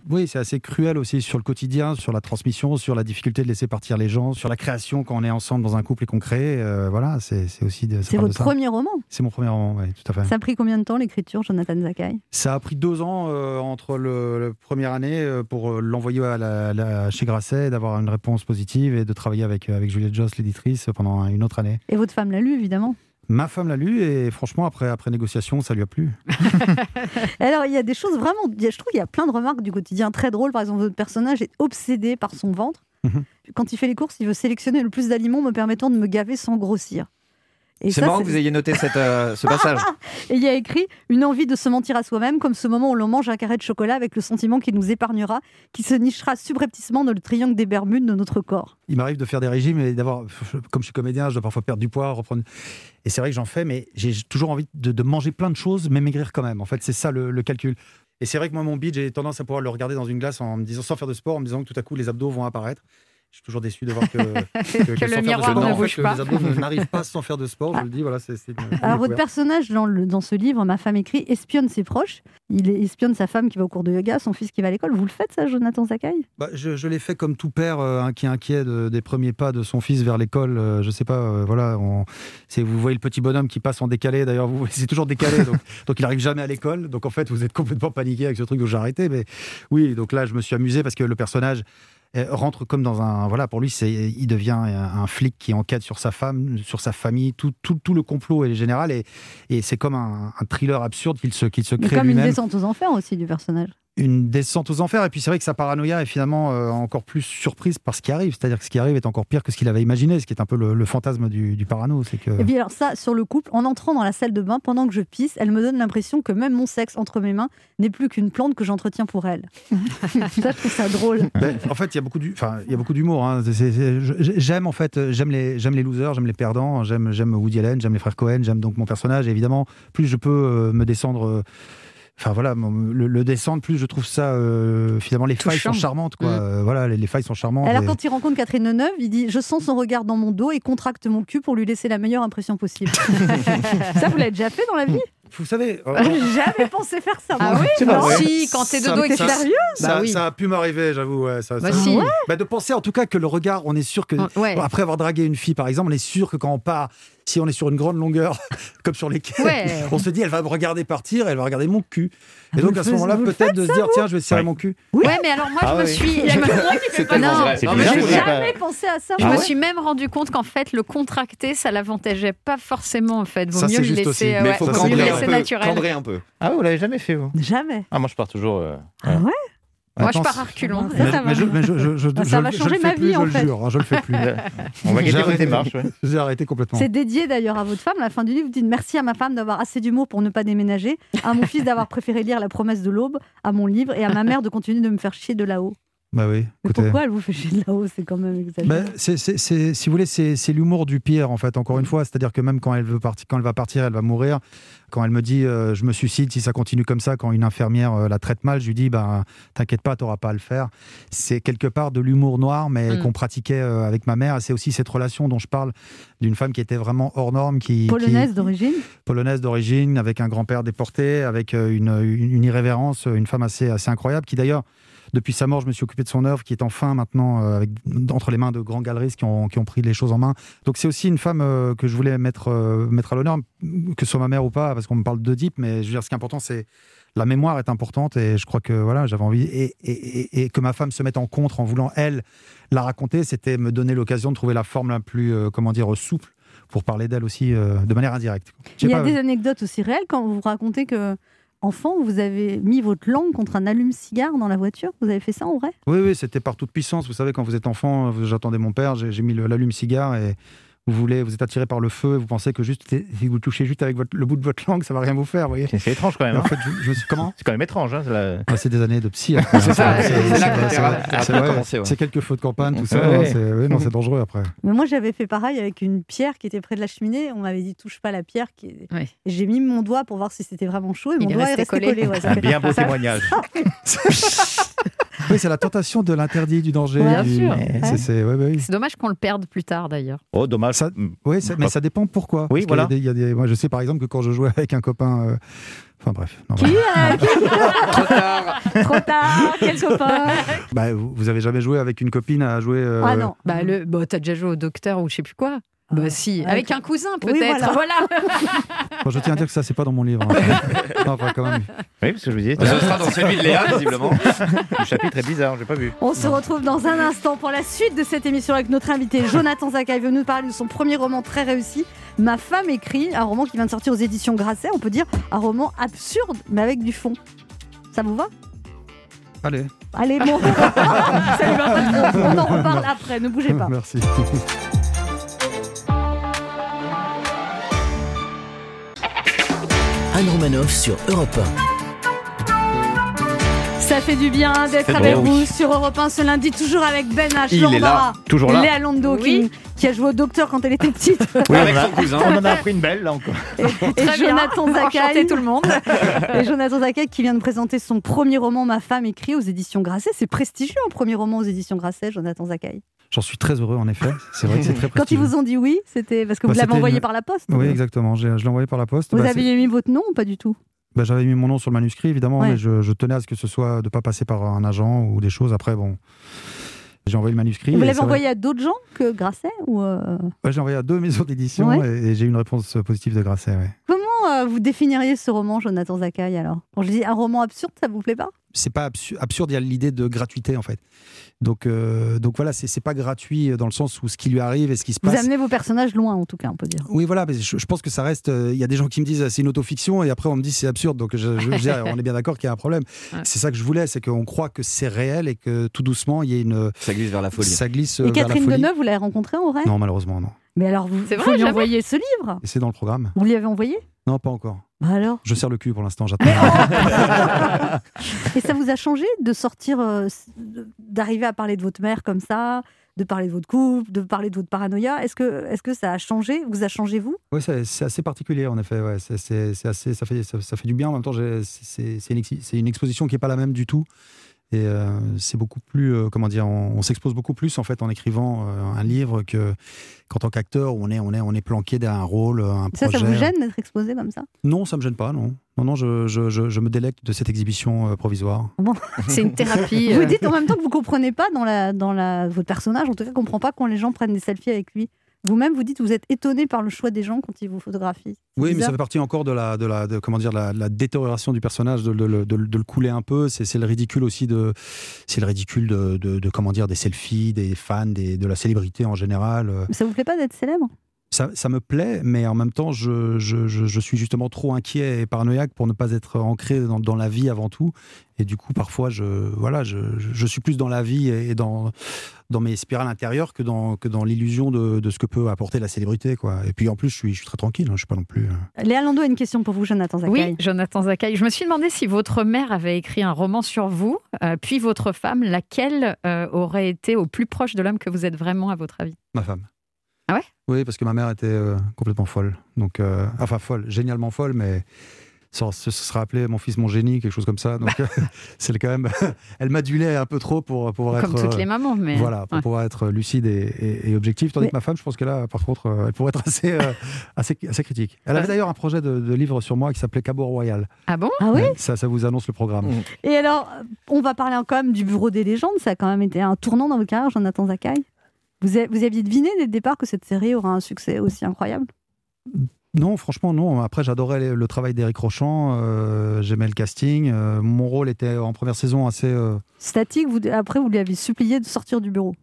oui, c'est assez cruel aussi sur le quotidien, sur la transmission, sur la difficulté de laisser partir les gens, sur la création quand on est ensemble dans un couple et qu'on crée. euh, voilà, c'est c'est aussi de. ça C'est parle votre de ça. premier roman. C'est mon premier roman, oui, tout à fait. Ça a pris combien de temps l'écriture, Jonathan Zakai Ça a pris deux ans euh, entre le, la première année euh, pour euh, l'envoyer à la- la- chez Grasset, d'avoir une réponse positive et de travailler avec, euh, avec Juliette Joss, l'éditrice, euh, pendant une autre année. Et votre femme l'a lu, (laughs) évidemment. Ma femme l'a lu et franchement, après, après négociation, ça lui a plu. Alors, il y a des choses vraiment. il y a- Je trouve qu'il y a plein de remarques du quotidien très drôles. Par exemple, votre personnage est obsédé par son ventre. Mhm. Quand il fait les courses, il veut sélectionner le plus d'aliments me permettant de me gaver sans grossir. Et C'est ça, marrant que vous ayez noté cette, euh, ce passage. (laughs) Et il y a écrit une envie de se mentir à soi-même, comme ce moment où l'on mange un carré de chocolat avec le sentiment qu'il nous épargnera, qui se nichera subrepticement dans le triangle des Bermudes de notre corps. Il m'arrive de faire des régimes et d'avoir, comme je suis comédien, je dois parfois perdre du poids, reprendre. Et c'est vrai que j'en fais, mais j'ai toujours envie de, de manger plein de choses, mais maigrir quand même. En fait, c'est ça le, le calcul. Et c'est vrai que moi, mon bide, j'ai tendance à pouvoir le regarder dans une glace en me disant, sans faire de sport, en me disant que tout à coup, les abdos vont apparaître. Je suis toujours déçu de voir (laughs) que, Que sans le faire de miroir sport, ne en fait, bouge que pas. Les abdos ne- n'arrivent pas sans faire de sport, je le dis. Voilà, c'est c'est une- (laughs) une Alors, votre découverte. personnage dans, le- dans ce livre, Ma femme écrit, espionne ses proches. Il espionne sa femme qui va au cours de yoga, son fils qui va à l'école. Vous le faites, ça, Jonathan Sakai Bah, je, je l'ai fait comme tout père euh, hein, qui est inquiet de- des premiers pas de son fils vers l'école. euh, je sais pas, euh, voilà, on- c'est vous voyez le petit bonhomme qui passe en décalé. D'ailleurs, vous (laughs) c'est toujours décalé, donc, donc il arrive jamais à l'école. Donc en fait, vous êtes complètement paniqué avec ce truc où j'ai arrêté. Mais oui, donc là, je me suis amusé parce que le personnage euh, rentre comme dans un voilà pour lui c'est il devient un, un flic qui enquête sur sa femme sur sa famille tout tout, tout le complot est général et, et c'est comme un, un thriller absurde qu'il se qu'il se Mais crée comme une lui-même descente aux enfers aussi du personnage. une descente aux enfers. Et puis c'est vrai que sa paranoïa est finalement euh, encore plus surprise par ce qui arrive. C'est-à-dire que ce qui arrive est encore pire que ce qu'il avait imaginé, ce qui est un peu le, le fantasme du, du parano. C'est Euh. que... Et puis alors ça, sur le couple, en entrant dans la salle de bain pendant que je pisse, elle me donne l'impression que même mon sexe entre mes mains n'est plus qu'une plante que j'entretiens (laughs) pour elle. ça, je trouve ça drôle. (laughs) Ben, en fait, il y a beaucoup du- enfin, il y a beaucoup d'humour. hein. C'est- c'est- c'est- je- J'aime en fait, euh, j'aime les, j'aime les losers, j'aime les perdants, j'aime, j'aime Woody Allen, j'aime les frères Cohen, j'aime donc mon personnage. Et évidemment, plus je peux euh, me descendre, euh, enfin voilà, mon- le, le descendre, plus je trouve ça euh, finalement les failles Touchant. sont charmantes, quoi. Mm. Euh, Voilà, les, les failles sont charmantes. Alors et- quand il rencontre Catherine Deneuve, il dit « Je sens son regard dans mon dos et contracte mon cul pour lui laisser la meilleure impression possible. » (laughs) Ça, vous l'avez déjà fait dans la vie Vous (laughs) savez, J'ai jamais pensé faire ça. moi. Ah Bah C'est pas Ah Non. vrai. Ça- Ça- bah T'es ça- sérieux ça, ça a pu m'arriver, j'avoue. ouais, ça- Bah ça- si. Ah ouais Bah, de penser en tout cas que le regard, on est sûr que. Ah, ouais. Après avoir dragué une fille, par exemple, on est sûr que quand on part, si on est sur une grande longueur, (laughs) comme sur les quais, Ouais. on se dit, elle va me regarder partir, elle va regarder mon cul. Ah, Et vous donc le à ce faites- moment-là, vous le peut-être faites, de se ça, dire, vous tiens, je vais serrer mon cul. Ouais, mais alors moi, Ah je me oui. (laughs) suis. je me- C'est pas tellement ça. vrai, c'est Non, bizarre, mais je j'ai sais pas. jamais pensé à ça. Je Ah me ouais suis même rendu compte qu'en fait, le contracter, ça l'avantageait pas forcément. En fait, vaut Ça, mieux c'est le juste aussi. laisser, euh, Mais ouais, faut vaut mieux cambrer le un laisser peu, naturel. cambrer un peu. Ah, vous l'avez jamais fait, vous Jamais. Ah, moi, je pars toujours. euh, Ah ouais Moi, je Attends, pars à reculons. Mais, mais je, mais je- je- je- Ça je- va je changer le ma fais plus, vie, en je fait. le jure, hein, je le fais plus. On va J'ai guetter votre arrêté. démarche. ouais. J'ai arrêté complètement. C'est dédié d'ailleurs à votre femme. La fin du livre, vous dites merci à ma femme d'avoir assez d'humour pour ne pas déménager, à mon fils d'avoir préféré lire La promesse de l'aube, à mon livre et à ma mère de continuer de me faire chier de là-haut. Bah oui, Mais écoutez. pourquoi elle vous fait chier de là-haut C'est quand même exagéré. Ben, c'est- c'est- c'est- si vous voulez, c'est c'est l'humour du pire, en fait, encore une fois. C'est-à-dire que même quand elle, veut partir, quand elle va partir, elle va mourir. Quand elle me dit euh, je me suicide si ça continue comme ça, quand une infirmière euh, la traite mal, je lui dis ben, t'inquiète pas, t'auras pas à le faire. C'est quelque part de l'humour noir, mais Mm. qu'on pratiquait euh, avec ma mère. Et C'est aussi cette relation dont je parle d'une femme qui était vraiment hors norme. Qui, qui- Polonaise d'origine polonaise d'origine, avec un grand-père déporté, avec euh, une, une- une irrévérence, euh, une femme assez, assez incroyable, qui d'ailleurs, depuis sa mort, je me suis occupé de son œuvre, qui est enfin maintenant euh, avec- entre les mains de grands galeristes qui ont, qui ont pris les choses en main. Donc c'est aussi une femme euh, que je voulais mettre, euh, mettre à l'honneur, que ce soit ma mère ou pas, parce qu'on me parle d'Oedipe, mais je veux dire, ce qui est important, c'est la mémoire est importante et je crois que voilà, j'avais envie et, et- et- et que ma femme se mette en contre en voulant elle la raconter, c'était me donner l'occasion de trouver la forme la plus euh, comment dire souple pour parler d'elle aussi euh, de manière indirecte. Je sais Il y a pas, des anecdotes aussi réelles quand vous racontez que, enfant, vous avez mis votre langue contre un allume-cigare dans la voiture. Vous avez fait ça en vrai Oui, oui, c'était par toute puissance. Vous savez, quand vous êtes enfant, vous- j'attendais mon père, j'ai j'ai mis le- l'allume-cigare et vous voulez, vous êtes attiré par le feu et vous pensez que juste, si vous touchez juste avec votre- le bout de votre langue, ça va rien vous faire, vous voyez. C'est étrange quand même. En hein. fait, je, je me suis- comment C'est quand même étrange. Hein, c'est la- Ah, c'est des années de psy. (laughs) C'est ça, c'est- c'est là qu'on vrai, a vrai, c'est à vrai. commencer, ouais. C'est quelques feux de campagne, tout ça. Ouais, hein, ouais. c'est- oui, non, c'est dangereux après. Mais moi, j'avais fait pareil avec une pierre qui était près de la cheminée. On m'avait dit touche pas la pierre. Qui... est- Ouais. Et J'ai mis mon doigt pour voir si c'était vraiment chaud et mon est doigt est resté resté collé. (laughs) collé. ouais, Ah, ça Un fait- bien beau ça- témoignage. (laughs) Oui, c'est la tentation de l'interdit, du danger. Bien du- sûr. C'est- c'est- ouais, ouais, oui. C'est dommage qu'on le perde plus tard d'ailleurs. Oh, dommage. Ça, oui, ça- mais ça dépend pourquoi. Oui, Parce qu'il y a voilà. des- il y a des- moi, je sais par exemple que quand je jouais avec un copain. euh, Enfin bref. non, voilà. (laughs) (laughs) Trop Ah, tard, quel copain Bah, vous, vous avez jamais joué avec une copine à jouer. euh, Ah non. Ah. Bah, le... bah t'as déjà joué au docteur ou je sais plus quoi Bah si, avec un cousin peut-être. Oui, voilà. bon, je tiens à dire que ça, c'est pas dans mon livre. (laughs) hein. non, enfin, quand même. Oui, parce que je vous disais. Ce sera dans celui de Léa, visiblement. Le chapitre est bizarre, j'ai pas vu. On se retrouve dans un instant pour la suite de cette émission avec notre invité Jonathan Zakaï veut nous parler de son premier roman très réussi, Ma femme écrit, un roman qui vient de sortir aux éditions Grasset, on peut dire un roman absurde mais avec du fond. Ça vous va Allez. (laughs) Allez, bon. Ça lui va pas trop. On en reparle après, ne bougez pas. Merci. Anne Romanoff sur Europe Ça fait du bien d'être C'est avec bon, vous sur Europe 1 ce lundi, toujours avec Ben H. Il est Laura, là, toujours là. Léa Londo Oui. qui, qui a joué au docteur quand elle était (laughs) petite. on, en a- on en a appris une belle là encore. Et Très bien. Jonathan Zakai. Enchanté, tout le monde. (laughs) Et Jonathan Zakai qui vient de présenter son premier roman Ma femme écrit aux éditions Grasset. C'est prestigieux un premier roman aux éditions Grasset, Jonathan Zakai. J'en suis très heureux, en effet. C'est vrai que c'est très Quand ils prestigieux. vous ont dit oui, c'était parce que Bah, vous l'avez c'était envoyé une- par la poste. Oui, exactement. J'ai- Je l'ai envoyé par la poste. Vous Bah, c'est- aviez mis votre nom ou pas du tout bah, J'avais mis mon nom sur le manuscrit, évidemment, Ouais. mais je, je tenais à ce que ce soit de pas passer par un agent ou des choses. Après, bon, j'ai envoyé le manuscrit. Vous et l'avez c'est vrai- envoyé à d'autres gens que Grasset ou euh, Ouais, j'ai envoyé à deux (laughs) maisons d'édition Ouais. et, et j'ai eu une réponse positive de Grasset. ouais. Comment euh, vous définiriez ce roman, Jonathan Zakai, alors Quand je dis un roman absurde, ça vous plaît pas c'est pas absu- absurde, il y a l'idée de gratuité en fait. Donc, euh, donc voilà, c'est c'est pas gratuit euh, dans le sens où ce qui lui arrive et ce qui se Vous passe. amenez vos personnages loin, en tout cas, on peut dire. Oui, voilà, mais je, je pense que ça reste. euh, Il y a des gens qui me disent euh, c'est une autofiction et après on me dit c'est absurde. Donc je, je- je veux (laughs) dire, on est bien d'accord qu'il y a un problème. Ouais. C'est ça que je voulais, c'est qu'on croit que c'est réel et que tout doucement il y a une. Ça glisse vers la folie. Ça glisse. euh, Et vers la Catherine folie. Deneuve, vous l'avez rencontrée en vrai Non, malheureusement, non. Mais alors, vous, C'est vous vrai, lui jamais. envoyez ce livre Et c'est dans le programme Vous lui avez envoyé Non, pas encore. Bah alors Je serre le cul pour l'instant, (laughs) j'attends. Et ça vous a changé de sortir, euh, s- de- d'arriver à parler de votre mère comme ça, de parler de votre couple, de parler de votre paranoïa Est-ce que, est que ça a changé Vous a changé, vous Oui, c'est c'est assez particulier en effet. Ouais. C'est- c'est- c'est assez, ça, fait, ça, ça fait du bien. En même temps, j'ai- c'est c'est une, exi- c'est une exposition qui n'est pas la même du tout. Et euh, c'est beaucoup plus, euh, comment dire, on, on s'expose beaucoup plus en fait en écrivant euh, un livre que qu'en tant qu'acteur où on est, on est, on est planqué derrière un rôle, euh, un Ça, projet. ça vous gêne d'être exposé comme ça Non, ça me gêne pas, non. Non, non, je, je, je, je me délecte de cette exhibition euh, provisoire. C'est une thérapie. Vous euh, dites en même temps que vous comprenez pas dans la, dans la, votre personnage, en tout cas, comprend pas quand les gens prennent des selfies avec lui. Vous-même, vous dites, vous êtes étonné par le choix des gens quand ils vous photographient. C'est Oui, mais bizarre. ça fait partie encore de la, de la, de, comment dire, de la, de la détérioration du personnage, de, de- de- de- de le couler un peu. C'est c'est le ridicule aussi de, c'est le ridicule de, de- de, comment dire, des selfies, des fans, des- de la célébrité en général. Euh, Ça vous plaît pas d'être célèbre Ça, ça me plaît, mais en même temps, je, je, je- je suis justement trop inquiet et paranoïaque pour ne pas être ancré dans, dans la vie avant tout. Et du coup, parfois, je, voilà, je, je- je suis plus dans la vie et dans, dans mes spirales intérieures que dans, que dans l'illusion de, de ce que peut apporter la célébrité. Quoi. Et puis, en plus, je suis, je suis très tranquille. hein, je suis pas non plus. euh, (laughs) Léa Landau a une question pour vous, Jonathan Zakaï. Oui, Jonathan Zakaï. Je me suis demandé si votre mère avait écrit un roman sur vous, euh, puis votre femme, laquelle euh, aurait été au plus proche de l'homme que vous êtes vraiment, à votre avis Ma femme. Ah ouais Oui, parce que ma mère était euh, complètement folle. Donc, euh, enfin folle, génialement folle, mais ça, ce ce sera appelé mon fils, mon génie, quelque chose comme ça. Donc, (laughs) c'est le- quand même. (laughs) Elle m'adulait un peu trop pour pouvoir Comme être. toutes euh, les mamans, mais. Voilà, pour Ouais. pouvoir être lucide et, et- et objectif. Tandis Mais- que ma femme, je pense que là, par contre, euh, elle pourrait être assez, (laughs) euh, assez, assez critique. Elle avait d'ailleurs un projet de, de livre sur moi qui s'appelait Cabot Royal. Ah bon Ah oui ça, ça vous annonce le programme. Et alors, on va parler quand même du Bureau des légendes. Ça a quand même été un tournant dans votre carrière, Jonathan Zakaï. Vous, a- vous aviez deviné dès le départ que cette série aura un succès aussi incroyable Non, franchement, non. Après, j'adorais le- le travail d'Éric Rochant. euh, J'aimais le casting. euh, mon rôle était en première saison assez. euh, Statique, vous, après, vous lui avez supplié de sortir du bureau.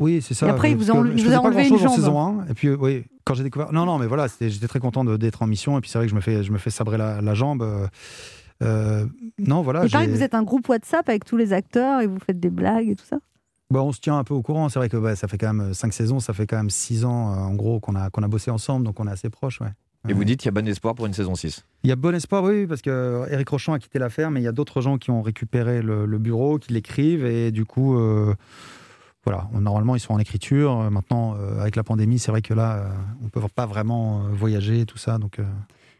Oui, c'est ça. Et après, il vous a Parce enle- que il je vous a faisais pas enlevé grand-chose une en jambe. saison 1. Et puis, euh, oui, quand j'ai découvert. Non, non, mais voilà, c'était- j'étais très content de- d'être en mission. Et puis, c'est vrai que je me fais, je me fais sabrer la, la jambe. euh, euh, non, voilà. il paraît j'ai- que vous êtes un groupe WhatsApp avec tous les acteurs et vous faites des blagues et tout ça. Bah, on se tient un peu au courant. C'est vrai que ouais, ça fait quand même 5 saisons, ça fait quand même 6 ans, euh, en gros, qu'on a, qu'on a bossé ensemble. Donc, on est assez proches, ouais. Et vous dites qu'il y a bon espoir pour une saison 6. Il y a bon espoir, oui, parce que Eric Rochon a quitté l'affaire, mais il y a d'autres gens qui ont récupéré le, le bureau, qui l'écrivent, et du coup, euh, voilà, on- normalement ils sont en écriture. Euh, Maintenant, euh, avec la pandémie, c'est vrai que là, euh, on peut pas vraiment euh, voyager et tout ça, donc euh,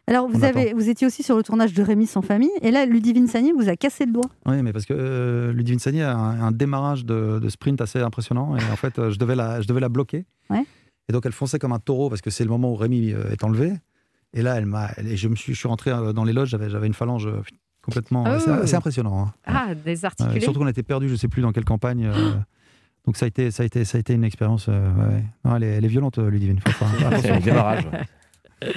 Alors, vous, On attend. avez, vous étiez aussi sur le tournage de Rémi sans famille. Et là, Ludivine Sagnier vous a cassé le doigt. oui, mais parce que euh, Ludivine Sagnier a un, un démarrage de, de sprint assez impressionnant, et en fait, euh, je devais la, je devais la bloquer, (laughs) Ouais. et donc elle fonçait comme un taureau parce que c'est le moment où Rémi euh, est enlevé, et là, elle m'a, elle- et je me suis, je suis rentré euh, dans les loges, j'avais, j'avais une phalange euh, complètement, Oh. c'est assez impressionnant. hein. Ah, des Ouais, articulés. Oh. surtout qu'on était perdu, je sais plus dans quelle campagne. euh, donc ça a été, ça a été, ça a été une expérience. euh, ouais, ouais. Non, elle, est, elle est violente, euh, Ludivine. Faut faire attention. C'est le démarrage. ouais.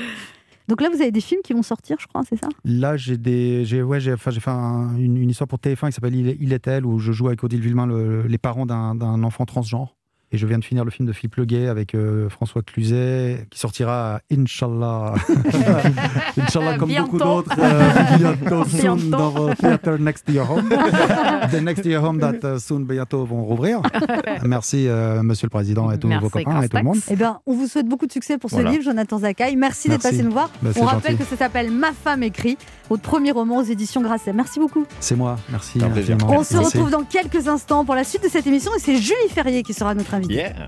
Donc là, vous avez des films qui vont sortir, je crois, c'est ça Là, j'ai des, j'ai, ouais, j'ai, enfin, j'ai fait un- une, une histoire pour TF1 qui s'appelle Il, Il est elle où je joue avec Odile Villemain le- les parents d'un, d'un enfant transgenre. Et je viens de finir le film de Philippe Leguet avec euh, François Cluzet, qui sortira, Inch'Allah, Inch'Allah comme Bientôt. beaucoup d'autres, euh, bientôt, soon, Bientôt. dans euh, Theater Next to Your Home. The Next to Your Home that euh, soon, bientôt, vont rouvrir. Merci, euh, Monsieur le Président, et tous Merci, vos copains et tout le monde. Constance. Eh bien, on vous souhaite beaucoup de succès pour ce Voilà. livre, Jonathan Zakaï. Merci, d'être Merci. passé nous voir. Bah, c'est on rappelle gentil. que ça s'appelle Ma femme écrit, votre premier roman aux éditions Grasset. Merci beaucoup. C'est moi, merci. Un plaisir. infiniment. on se Merci. retrouve dans quelques instants pour la suite de cette émission et c'est Julie Ferrier qui sera notre invitée. Yeah.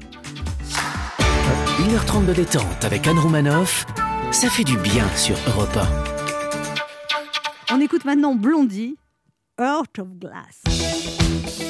1h30 de détente avec Anne Roumanoff, ça fait du bien sur Europe On écoute maintenant Blondie, Heart of Glass.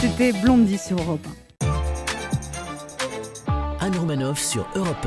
C'était Blondie sur Europe 1. 1. Anne Roumanoff sur Europe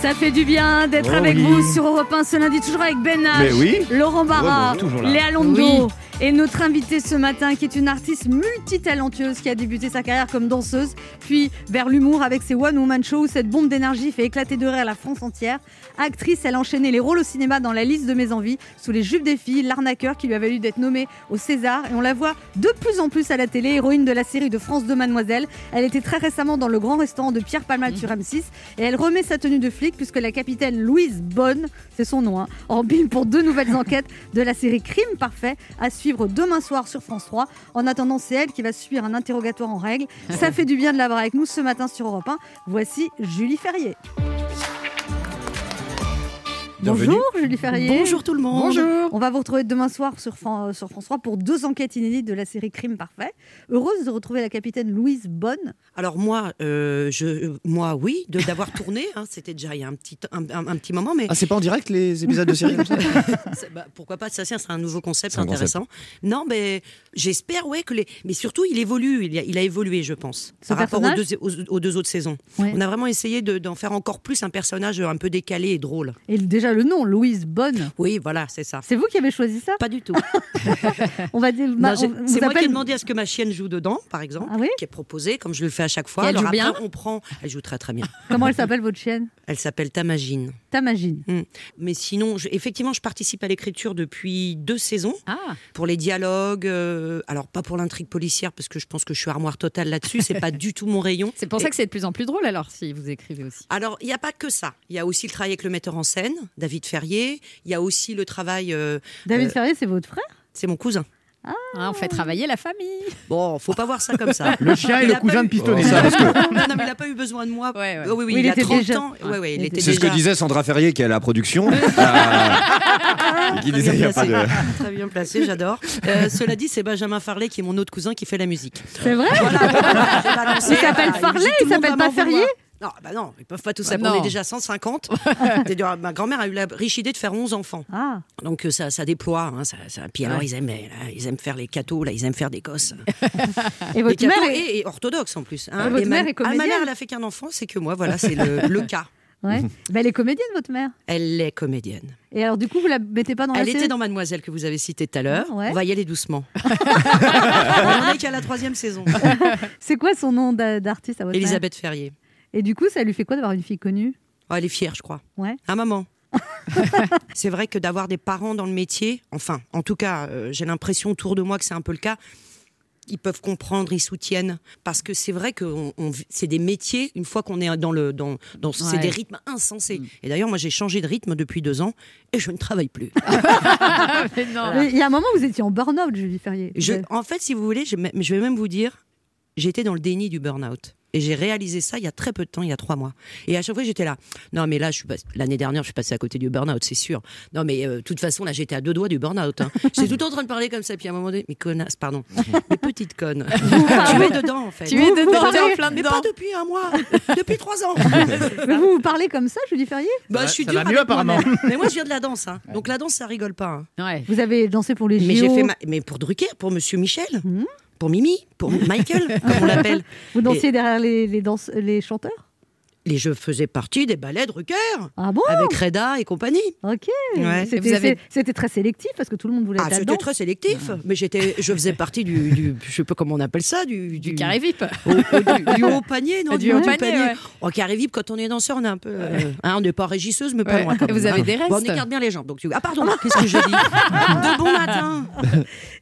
Ça fait du bien d'être Oh avec oui. vous sur Europe 1 ce lundi, toujours avec Ben H, Mais oui. Laurent Barra, Ouais, bon, toujours là. Léa Londo Oui. et notre invitée ce matin qui est une artiste multitalentueuse qui a débuté sa carrière comme danseuse, puis vers l'humour avec ses One Woman Show où cette bombe d'énergie fait éclater de rire la France entière. Actrice, elle a enchaîné les rôles au cinéma dans La liste de mes envies, Sous les jupes des filles, L'arnaqueur qui lui a valu d'être nommée au César et on la voit de plus en plus à la télé, héroïne de la série de France 2 Mademoiselle. Elle était très récemment dans le grand restaurant de Pierre Palmade sur M6 et elle remet sa tenue de flic puisque la capitaine Louise Bonne, c'est son nom, hein, en bille pour deux nouvelles enquêtes de la série Crime Parfait à suivre demain soir sur France 3. En attendant, c'est elle qui va subir un interrogatoire en règle. Ça fait du bien de l'avoir avec nous ce matin sur Europe 1. Voici Julie Ferrier. Bonjour Julie Ferrier. Bonjour tout le monde. Bonjour. On va vous retrouver demain soir sur, Fran- euh, sur France 3 pour deux enquêtes inédites de la série Crime Parfait. Heureuse de retrouver la capitaine Louise Bonne. Alors moi, euh, je, euh, moi oui, de- d'avoir tourné, hein, c'était déjà il y a un petit, t- un, un- un petit moment, mais Ah, c'est pas en direct les épisodes de (laughs) série comme ça C'est- bah, pourquoi pas ça c'est un nouveau concept C'est un concept. intéressant. Non, mais j'espère ouais que les, mais surtout il évolue, il a, il a évolué je pense Ce par rapport aux deux, personnage aux- aux deux autres saisons. Ouais. On a vraiment essayé de- d'en faire encore plus un personnage euh, un peu décalé et drôle. Et déjà le nom, Louise Bonne. Oui, voilà, c'est ça. C'est vous qui avez choisi ça Pas du (laughs) tout. (laughs) on va dire. Non, on j'ai- vous c'est moi qui ai appelle- (laughs) demandé à ce que ma chienne joue dedans, par exemple, Ah qui est proposée, comme je le fais à chaque fois. Et elle Alors après, joue bien (laughs) on prend. Elle joue très très bien. Comment elle s'appelle votre chienne Elle s'appelle Tamagine. T'imagines. Hmm. Mais sinon, je- effectivement, je participe à l'écriture depuis deux saisons. Ah. Pour les dialogues, euh, alors pas pour l'intrigue policière, parce que je pense que je suis armoire totale là-dessus, c'est (laughs) pas du tout mon rayon. C'est pour ça que c'est de plus en plus drôle alors Oh si vous écrivez aussi. Alors, il n'y a pas que ça. Il y a aussi le travail avec le metteur en scène, David Ferrier. Il y a aussi le travail. euh, David euh, Ferrier, c'est votre frère C'est mon cousin. Ah, on fait travailler la famille. Bon, faut pas voir ça comme ça. Le chien est Il le a pas cousin eu- de Pistonnet, Oh. ça, parce que- Non, non, mais il n'a pas eu besoin de moi. Oh, oui, oui, Oui, il, il a était 30 déjà- ans. Ouais, ouais, il était C'est ce que déjà- disait Sandra Ferrier qui est à la production. Ah, Euh, qui disait il n'y a pas de. Très bien placé, j'adore. Euh, cela dit, c'est Benjamin Farley qui est mon autre cousin qui fait la musique. C'est vrai Il s'appelle Farley, il s'appelle pas Ferrier Non, bah non, ils peuvent pas tous Bah s'appeler. On non. est déjà (laughs) 150. C'est dur. ma grand-mère a eu la riche idée de faire 11 enfants. Donc euh, ça, ça déploie. hein, ça, ça- Puis alors, Ah. Ouais. ils, aiment, euh, là, ils aiment faire les cathos, là, ils aiment faire des gosses. (laughs) Et votre Les cathos mère est- et, et orthodoxe en plus. hein. Et votre ma- mère est ah, ma mère, comédienne elle a fait qu'un enfant, c'est que moi, voilà, c'est le, (laughs) le cas. (laughs) Ouais. Bah, elle est comédienne, votre mère. Elle est comédienne. Et alors, du coup, vous la mettez pas dans la Elle série était dans Mademoiselle que vous avez citée tout à l'heure. Ouais. On va y aller (laughs) doucement. On est qu'à la troisième saison. C'est quoi son nom d'a- d'artiste à votre Elisabeth Ferrier. mère Et du coup, ça lui fait quoi d'avoir une fille connue Oh, elle est fière, je crois. Ouais. Ah, maman. c'est vrai que d'avoir des parents dans le métier, enfin, en tout cas, euh, j'ai l'impression autour de moi que c'est un peu le cas. Ils peuvent comprendre, ils soutiennent, parce que c'est vrai que on- on vit- c'est des métiers. Une fois qu'on est dans le, dans, dans c'est Ouais. des rythmes insensés. Hmm. Et d'ailleurs, moi, j'ai changé de rythme depuis deux ans et je ne travaille plus. Mais Il y a un moment, vous étiez en burn-out, Julie Ferrier. Je- Vous- en fait, si vous voulez, je, vais- je vais même vous dire, j'étais dans le déni du burn-out. Et j'ai réalisé ça il y a très peu de temps, il y a trois mois. Et à chaque fois, j'étais là. Non, mais là, je suis pas- l'année dernière, je suis passée à côté du burn-out, c'est sûr. Non, mais euh, de toute façon, là, j'étais à deux doigts du burn-out. (laughs) hein. j'étais tout le temps en train de parler comme ça. Puis à un moment donné, mais connasse, pardon. Mais petite (laughs) conne. tu es dedans, en fait. Tu es Vous- dedans, vous t'es en parlez- plein Mais dedans. pas depuis un (laughs) mois. Depuis trois ans. Mais vous vous parlez comme ça, Julie Ferrier Bah, je suis Ça dure va mieux, avec moi-même. (laughs) apparemment. Mais moi, je viens de la danse. hein. Donc la danse, ça rigole pas. hein. Vous avez dansé pour les Mais JO. j'ai fait ma- mais pour Drucker, pour Monsieur Michel, Hmm. pour Mimi, (laughs) pour Michael, comme on l'appelle. Vous dansiez Et derrière les, les, danse- les chanteurs les je faisais partie des ballets Drucker. Ah bon Avec Reda et compagnie. Ok. Ouais. Et C'était vous avez- c'est- c'était très sélectif parce que tout le monde voulait Ah, être c'était là-dedans. très sélectif, mais j'étais, je faisais partie du, du, je sais pas comment on appelle ça, du, du, carré VIP. Au, au- du, du haut panier, non (laughs) Du haut panier, ouais. Au carré VIP, quand on est danseur, on est un peu, euh, hein, on n'est pas régisseuse, mais pas Ouais. loin. Quand Et (laughs) vous même, avez hein. des Bon, on restes. écarte bien les jambes. Donc tu... ah pardon, qu'est-ce que j'ai dit De (laughs) bon matin.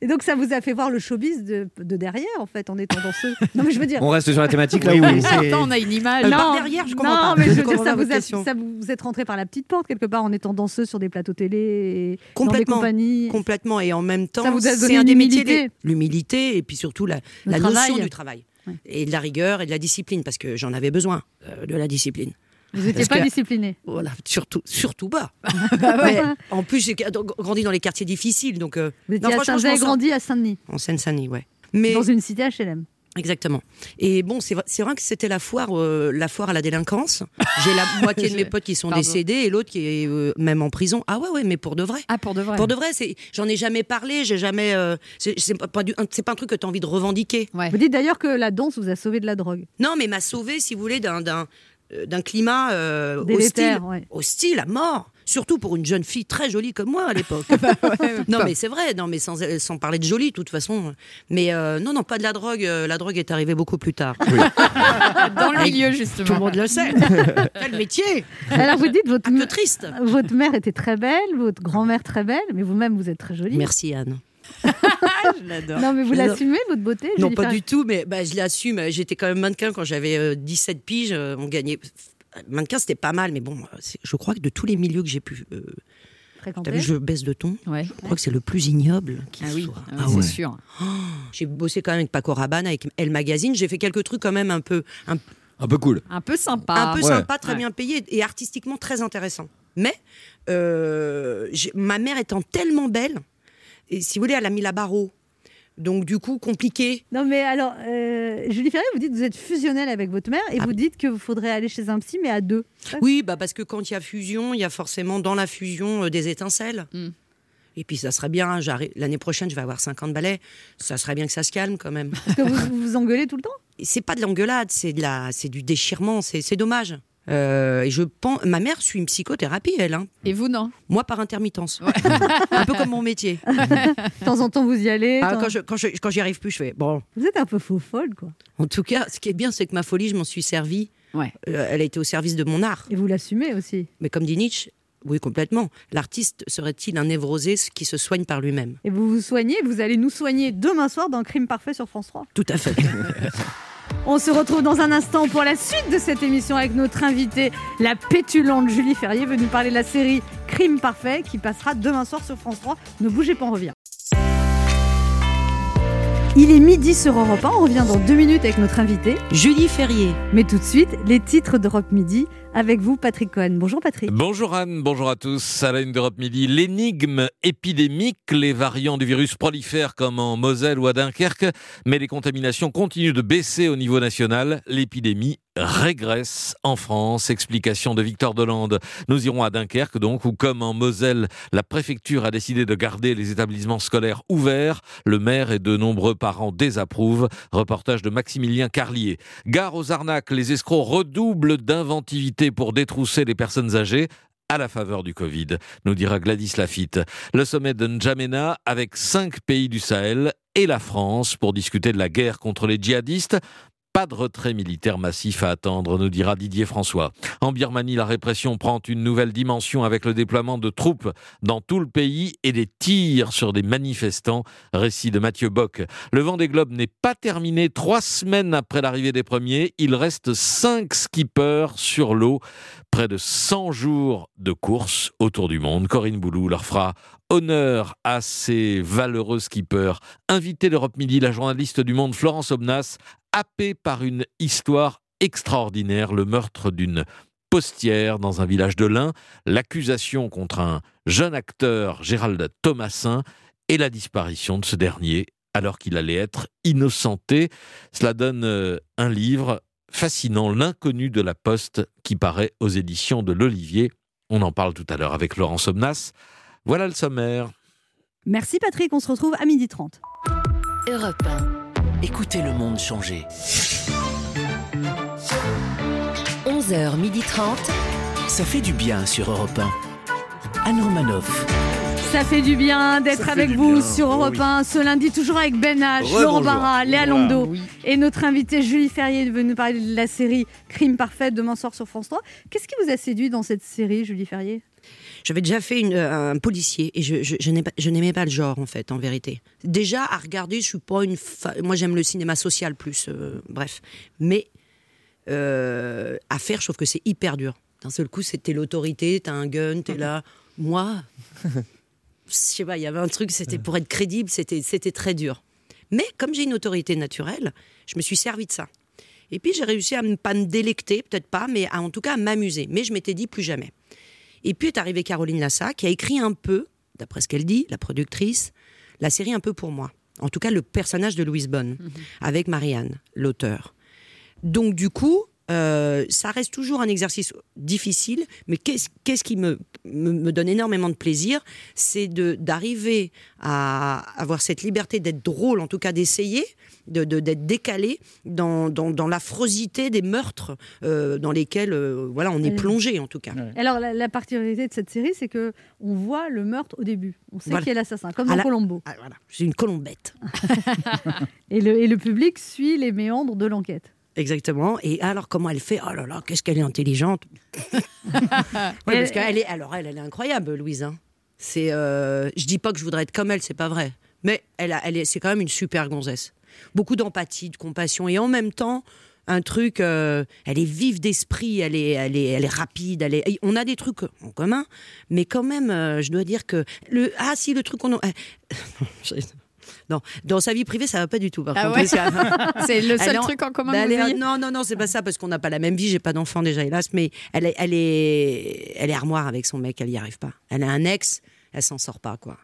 Et donc ça vous a fait voir le showbiz de, de derrière en fait en étant danseuse. Non mais je veux dire. On reste sur la thématique là Oui, où. oui, c'est- Ah, Attends, on a une image. Bah, Euh, non, Par derrière, je comprends non, pas. mais je Je veux dire, comprends ça pas vous, votre a- question. ça vous vous êtes rentré par la petite porte quelque part en étant danseuse sur des plateaux télé, et Complètement. dans des compagnies. Complètement. Et en même temps, ça vous a c'est donné un une des métiers, humilité. les- L'humilité et puis surtout la, Le la travail. notion du travail. Et de la rigueur et de la discipline, parce que j'en avais besoin euh, de la discipline. Vous n'étiez Parce pas que- discipliné. Voilà, surtout, surtout (laughs) pas. Bah Mais ouais. en plus, j'ai grandi dans les quartiers difficiles, donc. euh, Vous non, étiez à franchement, Saint- vous avez je m'en sors- grandi à Saint-Denis, En Seine-Saint-Denis, ouais. dans une cité HLM. Exactement. Et bon, c'est vrai, c'est vrai que c'était la foire, euh, la foire à la délinquance. J'ai (laughs) la moitié de mes potes qui sont Pardon. décédés et l'autre qui est euh, même en prison. Ah ouais, ouais, mais pour de vrai. Ah pour de vrai. Pour de vrai, c'est, j'en ai jamais parlé, j'ai jamais, euh, c'est, c'est pas, pas du- c'est pas un truc que t'as envie de revendiquer. Vous dites d'ailleurs que la danse vous a sauvé de la drogue. Non, mais m'a sauvé, si vous voulez, d'un d'un euh, d'un climat euh, hostile, Délétère, ouais. hostile à mort. Surtout pour une jeune fille très jolie comme moi à l'époque. (laughs) non mais c'est vrai, non mais sans, euh, sans parler de jolie de toute façon. Mais euh, non non pas de la drogue, euh, la drogue est arrivée beaucoup plus tard. (laughs) Dans le milieu justement. Tout le monde le sait. Quel métier (laughs) Alors vous dites votre Acte triste. votre mère était très belle, votre grand-mère très belle, mais vous-même vous êtes très jolie. Merci Anne. Non mais vous Je l'adore. l'assumez votre beauté Non, Julie pas Ferrier du tout, mais bah, je l'assume. J'étais quand même mannequin quand j'avais euh, 17 piges. euh, on gagnait. Mannequin, c'était pas mal, mais bon, euh, c'est- je crois que de tous les milieux que j'ai pu. euh, Fréquenter. T'as vu, je baisse de ton. Ouais. Je crois que c'est le plus ignoble qui Ah oui, soit. ah oui, c'est sûr. Oh, (gasps) j'ai bossé quand même avec Paco Rabanne, avec Elle Magazine. J'ai fait quelques trucs quand même un peu. Un, Un peu cool. Un peu sympa. un peu Ouais. sympa, très Ouais. bien payé et artistiquement très intéressant. Mais euh, j'ai- ma mère étant tellement belle, et si vous voulez, elle a mis la barre haut. Donc du coup, compliqué. Non mais alors euh, Julie Ferrier, vous dites que vous êtes fusionnelle avec votre mère Ah et vous dites que vous faudrait aller chez un psy mais à deux. Oui, bah parce que quand il y a fusion, il y a forcément dans la fusion euh, des étincelles. Hmm. Et puis ça serait bien, hein, j'arri- l'année prochaine je vais avoir 50 balais, ça serait bien que ça se calme quand même. Parce que vous vous vous engueulez tout le temps Et C'est pas de l'engueulade, c'est de la, c'est du déchirement, c'est c'est dommage. Euh, et je pense, ma mère suit une psychothérapie, elle. hein. Et vous non Moi par intermittence. (laughs) un peu comme mon métier. (laughs) De temps en temps, vous y allez. Ah, de temps- quand je quand je- quand j'y arrive plus, je fais bon. Vous êtes un peu faux folle, quoi. En tout cas, ce qui est bien, c'est que ma folie, je m'en suis servie. Euh, elle a été au service de mon art. Et vous l'assumez aussi. Mais comme dit Nietzsche, oui, complètement. L'artiste serait-il un névrosé qui se soigne par lui-même Et vous vous soignez, vous allez nous soigner demain soir dans Crime Parfait sur France 3. Tout à fait. On se retrouve dans un instant pour la suite de cette émission avec notre invitée, la pétulante Julie Ferrier, venue nous parler de la série Crime Parfait qui passera demain soir sur France 3. Ne bougez pas, on revient. Il est midi sur Europe 1, on revient dans deux minutes avec notre invitée Julie Ferrier. Mais tout de suite, les titres d'Europe Midi avec vous, Patrick Cohen. Bonjour Patrick. Bonjour Anne, bonjour à tous. À la une d'Europe Midi, l'énigme épidémique, les variants du virus prolifèrent comme en Moselle ou à Dunkerque, mais les contaminations continuent de baisser au niveau national. L'épidémie régresse en France. Explication de Victor Dolande. Nous irons à Dunkerque donc, où comme en Moselle, la préfecture a décidé de garder les établissements scolaires ouverts. Le maire et de nombreux parents désapprouvent. Reportage de Maximilien Carlier. Gare aux arnaques, les escrocs redoublent d'inventivité pour détrousser les personnes âgées à la faveur du Covid, nous dira Gladys Lafitte. Le sommet de N'Djamena avec cinq pays du Sahel et la France pour discuter de la guerre contre les djihadistes. Pas de retrait militaire massif à attendre, nous dira Didier François. En Birmanie, la répression prend une nouvelle dimension avec le déploiement de troupes dans tout le pays et des tirs sur des manifestants. Récit de Mathieu Bock. Le vent des globes n'est pas terminé. Trois semaines après l'arrivée des premiers, il reste cinq skippers sur l'eau. Près de 100 jours de course autour du monde. Corinne Boulou leur fera honneur à ces valeureux skippers. Invitée d'Europe Midi, la journaliste du Monde Florence Obnas, happée par une histoire extraordinaire, le meurtre d'une postière dans un village de l'Ain, l'accusation contre un jeune acteur, Gérald Thomasin, et la disparition de ce dernier alors qu'il allait être innocenté. Cela donne euh, un livre fascinant, L'inconnu de la poste, qui paraît aux éditions de l'Olivier. On en parle tout à l'heure avec Laurent Somnas. Voilà le sommaire. Merci Patrick, on se retrouve à midi 30. Europe Écoutez le monde changer. 1, 11h30. Ça fait du bien sur Europe 1. Anne Romanoff. Ça fait du bien d'être fait avec du vous bien, sur oh Europe oui. 1 ce lundi, toujours avec Ben H, Rebonjour. Laurent Barra, Léa Voilà, Landau oui. et notre invitée Julie Ferrier veut nous parler de la série Crime Parfait demain soir sur France 3. Qu'est-ce qui vous a séduit dans cette série, Julie Ferrier J'avais déjà fait une- euh, un policier et je, je- je n'ai pas- je n'aimais pas le genre en fait, en vérité. Déjà à regarder, je suis pas une. fa- Moi j'aime le cinéma social plus, euh, bref. Mais euh, à faire, je trouve que c'est hyper dur. D'un seul coup, c'était l'autorité, t'as un gun, t'es là. Moi, je sais pas, il y avait un truc, c'était pour être crédible, c'était c'était très dur. Mais comme j'ai une autorité naturelle, je me suis servi de ça. Et puis j'ai réussi à ne pas me délecter, peut-être pas, mais à- en tout cas à m'amuser. Mais je m'étais dit plus jamais. Et puis est arrivée Caroline Lassa, qui a écrit un peu, d'après ce qu'elle dit, la productrice, la série un peu pour moi. En tout cas, le personnage de Louise Bonne, avec Marianne, l'auteur. Donc du coup, euh, ça reste toujours un exercice difficile, mais qu'est-ce qu'est-ce qui me, me, me donne énormément de plaisir, c'est de- d'arriver à avoir cette liberté d'être drôle, en tout cas d'essayer, de- de- d'être décalé dans, dans, dans l'affreusité des meurtres euh, dans lesquels euh, voilà, on est Elle- plongé, en tout cas. Alors la, la particularité de cette série, c'est que on voit le meurtre au début. On sait Voilà. qui est l'assassin, comme À dans la- Colombo. Ah, voilà. C'est une colombette. Et le, et le public suit les méandres de l'enquête. Exactement. Et alors, comment elle fait Oh là là, qu'est-ce qu'elle est (laughs) intelligente Ouais, Elle- parce qu'elle est, alors elle, elle est incroyable, Louise. hein. C'est, euh, je dis pas que je voudrais être comme elle, c'est pas vrai. Mais elle, a- elle est, c'est quand même une super gonzesse. Beaucoup d'empathie, de compassion, et en même temps un truc. euh, elle est vive d'esprit, elle est, elle est, elle est rapide. Elle est, et on a des trucs en commun, mais quand même, euh, je dois dire que le, ah si le truc qu'on, a- euh, (laughs) non, dans sa vie privée, ça va pas du tout. Par Ah contre, ouais Parce que- (laughs) C'est le seul Elle est truc en commun que bah, vous elle est- ayez Non, non, non, c'est pas ça parce qu'on n'a pas la même vie. J'ai pas d'enfant déjà, hélas. Mais elle est, elle est, elle est armoire avec son mec. Elle y arrive pas. Elle a un ex. Elle s'en sort pas, quoi.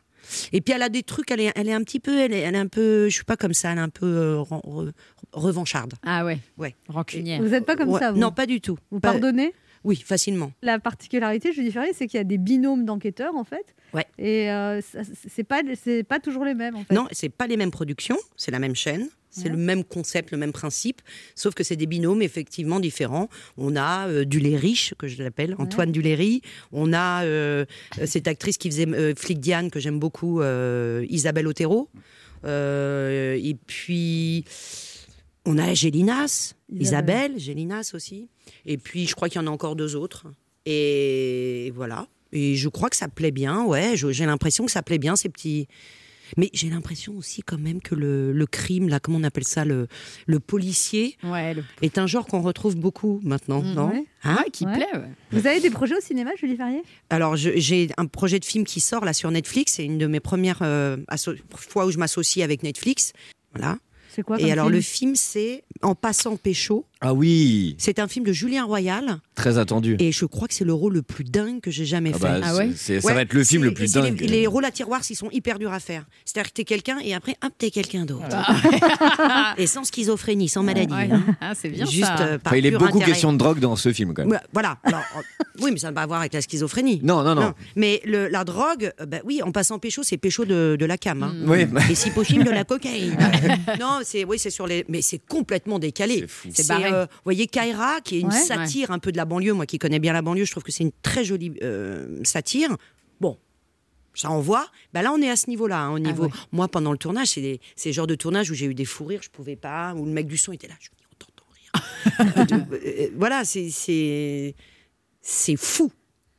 Et puis elle a des trucs. Elle est, elle est un petit peu. Elle est, elle est un peu. Je suis pas comme ça. Elle est un peu euh, ren- re- revancharde. Ah ouais. Ouais. Rancunière. Vous n'êtes pas comme Ouais. ça, vous Non, pas du tout. Vous Pas- pardonnez Oui, facilement. La particularité, Julie Ferrier, c'est qu'il y a des binômes d'enquêteurs en fait. Ouais. Et euh, ça- c'est pas c'est pas toujours les mêmes en fait. Non, c'est pas les mêmes productions, c'est la même chaîne, C'est le même concept, le même principe, sauf que c'est des binômes effectivement différents. On a euh, Duléry, riche, que je l'appelle, Antoine Duléry. On a euh, cette actrice qui faisait euh, Flic Diane, que j'aime beaucoup, euh, Isabelle Otero. Euh, et puis, on a Gélinas, Isabelle. Isabelle, Gélinas aussi. Et puis, je crois qu'il y en a encore deux autres. Et voilà. Et je crois que ça plaît bien, ouais. je- J'ai l'impression que ça plaît bien, ces petits. Mais j'ai l'impression aussi, quand même, que le, le crime, là, comment on appelle ça, le, le policier, est un genre qu'on retrouve beaucoup maintenant, non Mhm. Mm, ouais. Hein Vous avez des projets au cinéma, Julie Ferrier alors, je- j'ai un projet de film qui sort là sur Netflix. C'est une de mes premières euh, asso- fois où je m'associe avec Netflix. Voilà. C'est quoi Et comme alors, film le film, c'est En passant pécho. Ah oui C'est un film de Julien Royal. Très attendu. Et je crois que c'est le rôle le plus dingue que j'ai jamais Ah fait. bah, Ah ouais c'est- c'est- ça va être le film c'est- le plus c'est les- dingue. Les, rôles à tiroir, ils sont hyper durs à faire. C'est-à-dire que t'es quelqu'un et après, hop, t'es quelqu'un d'autre. et sans schizophrénie, sans maladie. hein. c'est bien Juste, ça. euh, par Enfin, il est pur beaucoup intérêt. question de drogue dans ce film quand même. Ah, Ouais, Voilà. Alors, euh, (laughs) oui, mais ça n'a pas à voir avec la schizophrénie. Non, non, non. Mais le- la drogue, euh, bah oui, en passant pécho, c'est pécho de, de la cam. hein. Mm. Oui, bah. Et si possible, de (laughs) la cocaïne. non, c'est oui, c'est sur les. Mais c'est complètement décalé. C'est euh, barré. vous voyez, Kaira, qui est une Ouais. satire un peu de la banlieue. Moi qui connais bien la banlieue, je trouve que c'est une très jolie euh, satire. Bon. Ça envoie. Bah là, on est à ce niveau-là. Ah hein, au niveau. Moi, pendant le tournage, c'est des- c'est le genre de tournage où j'ai eu des fous rires, je pouvais pas, où le mec du son était là. Je euh, voilà, c'est c'est c'est fou,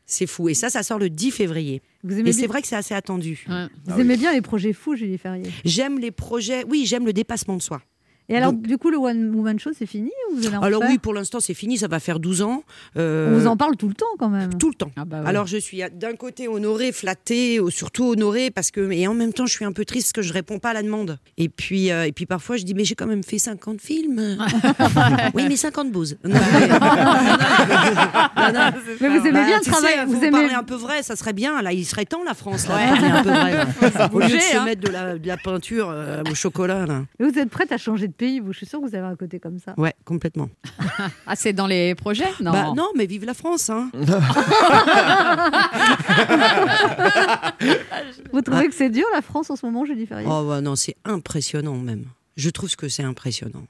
c'est fou. Et ça, ça sort le 10 février. Vous aimez Et bien- c'est vrai que c'est assez attendu. Vous Ah aimez bien les projets fous, Julie Ferrier J'aime les projets. Oui, j'aime le dépassement de soi. Et alors, Donc- du coup, le One Woman Show, c'est fini ou vous allez en alors refaire oui, pour l'instant, c'est fini. Ça va faire 12 ans. On Euh, vous en parle tout le temps, quand même. Ah bah Tout le temps. Alors je suis euh, d'un côté honorée, flattée, euh, surtout honorée parce que et en même temps je suis un peu triste parce que je réponds pas à la demande. Et puis euh, et puis parfois je dis mais j'ai quand même fait 50 (laughs) films. (laughs) oui mais 50 bouses. Non, mais- non, non, non, non. (laughs) Mais vous aimez bien le tu travail, sais, vous faut aimez- parler un peu vrai, ça serait bien. Là il serait temps la France là. de Ouais. parler un peu vrai. (laughs) Faut Au lieu bouger, de se hein. mettre de la, de la peinture euh, au chocolat là. Et vous êtes prête à changer de pays, vous Je suis sûre que vous avez un côté comme ça. Ouais complètement. Ah, c'est dans les projets Non. Bah, non mais vive la France hein. Vous trouvez que c'est dur, la France, en ce moment, Julie Ferrier Ah. Oh ouais, non, c'est impressionnant même. Je trouve que c'est impressionnant.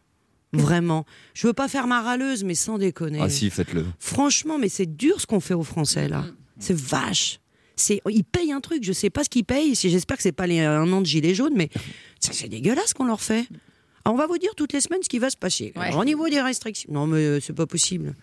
Vraiment. Je veux pas faire ma râleuse, mais sans déconner. Ah si, faites-le. Franchement, mais c'est dur ce qu'on fait aux Français là. C'est vache. C'est, ils payent un truc. Je sais pas ce qu'ils payent. Si- J'espère que c'est pas les, un an de gilet jaune, mais (laughs) c'est c'est dégueulasse ce qu'on leur fait. Ah, on va vous dire toutes les semaines ce qui va se passer. Alors, au niveau des restrictions, non mais euh, c'est pas possible.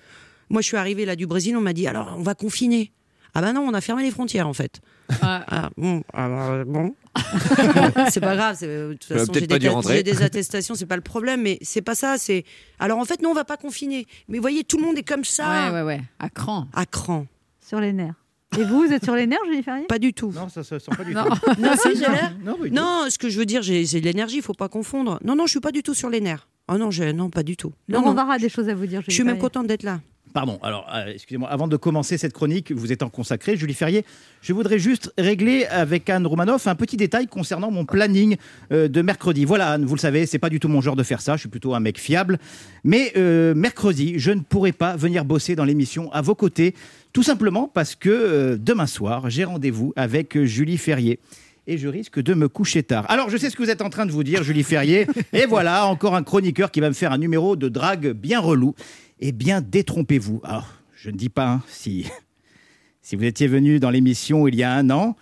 Moi, je suis arrivée là du Brésil, on m'a dit alors on va confiner. Ah bah non, on a fermé les frontières en fait. Ah, bon, ah, bah, bon. (laughs) c'est pas grave, c'est- euh, de toute J'aurais façon, Euh, peut-être j'ai pas dû des, rentrer. j'ai des attestations, c'est pas le problème, mais c'est pas ça. C'est alors en fait, non, on va pas confiner. Mais voyez, tout le monde est comme ça. Ouais, ouais, ouais. À cran. À cran. Sur les nerfs. Et vous, vous êtes sur les nerfs, Julie Ferrier Pas du tout. Non, ça se sent pas du Non, tout. non, si, j'ai l'air. Non, Non, oui, ce que je veux dire, j'ai j'ai de l'énergie, faut pas confondre. Non, non, je suis pas du tout sur les nerfs. Ah non, j'ai- non, pas du tout. Non, Laurent non. Barra a des choses à vous dire, Julie Je suis même Ferrier. contente d'être là. Pardon, alors, euh, excusez-moi, avant de commencer cette chronique, vous étant consacré, Julie Ferrier, je voudrais juste régler avec Anne Roumanoff un petit détail concernant mon planning euh, de mercredi. Voilà, Anne, vous le savez, c'est pas du tout mon genre de faire ça, je suis plutôt un mec fiable. Mais euh, mercredi, je ne pourrai pas venir bosser dans l'émission à vos côtés, tout simplement parce que euh, demain soir, j'ai rendez-vous avec euh, Julie Ferrier. Et je risque de me coucher tard. Alors, je sais ce que vous êtes en train de vous dire, Julie Ferrier. Et voilà, encore un chroniqueur qui va me faire un numéro de drague bien relou. Eh bien, détrompez-vous. Alors, je ne dis pas hein, si, (laughs) si vous étiez venu dans l'émission il y a un an.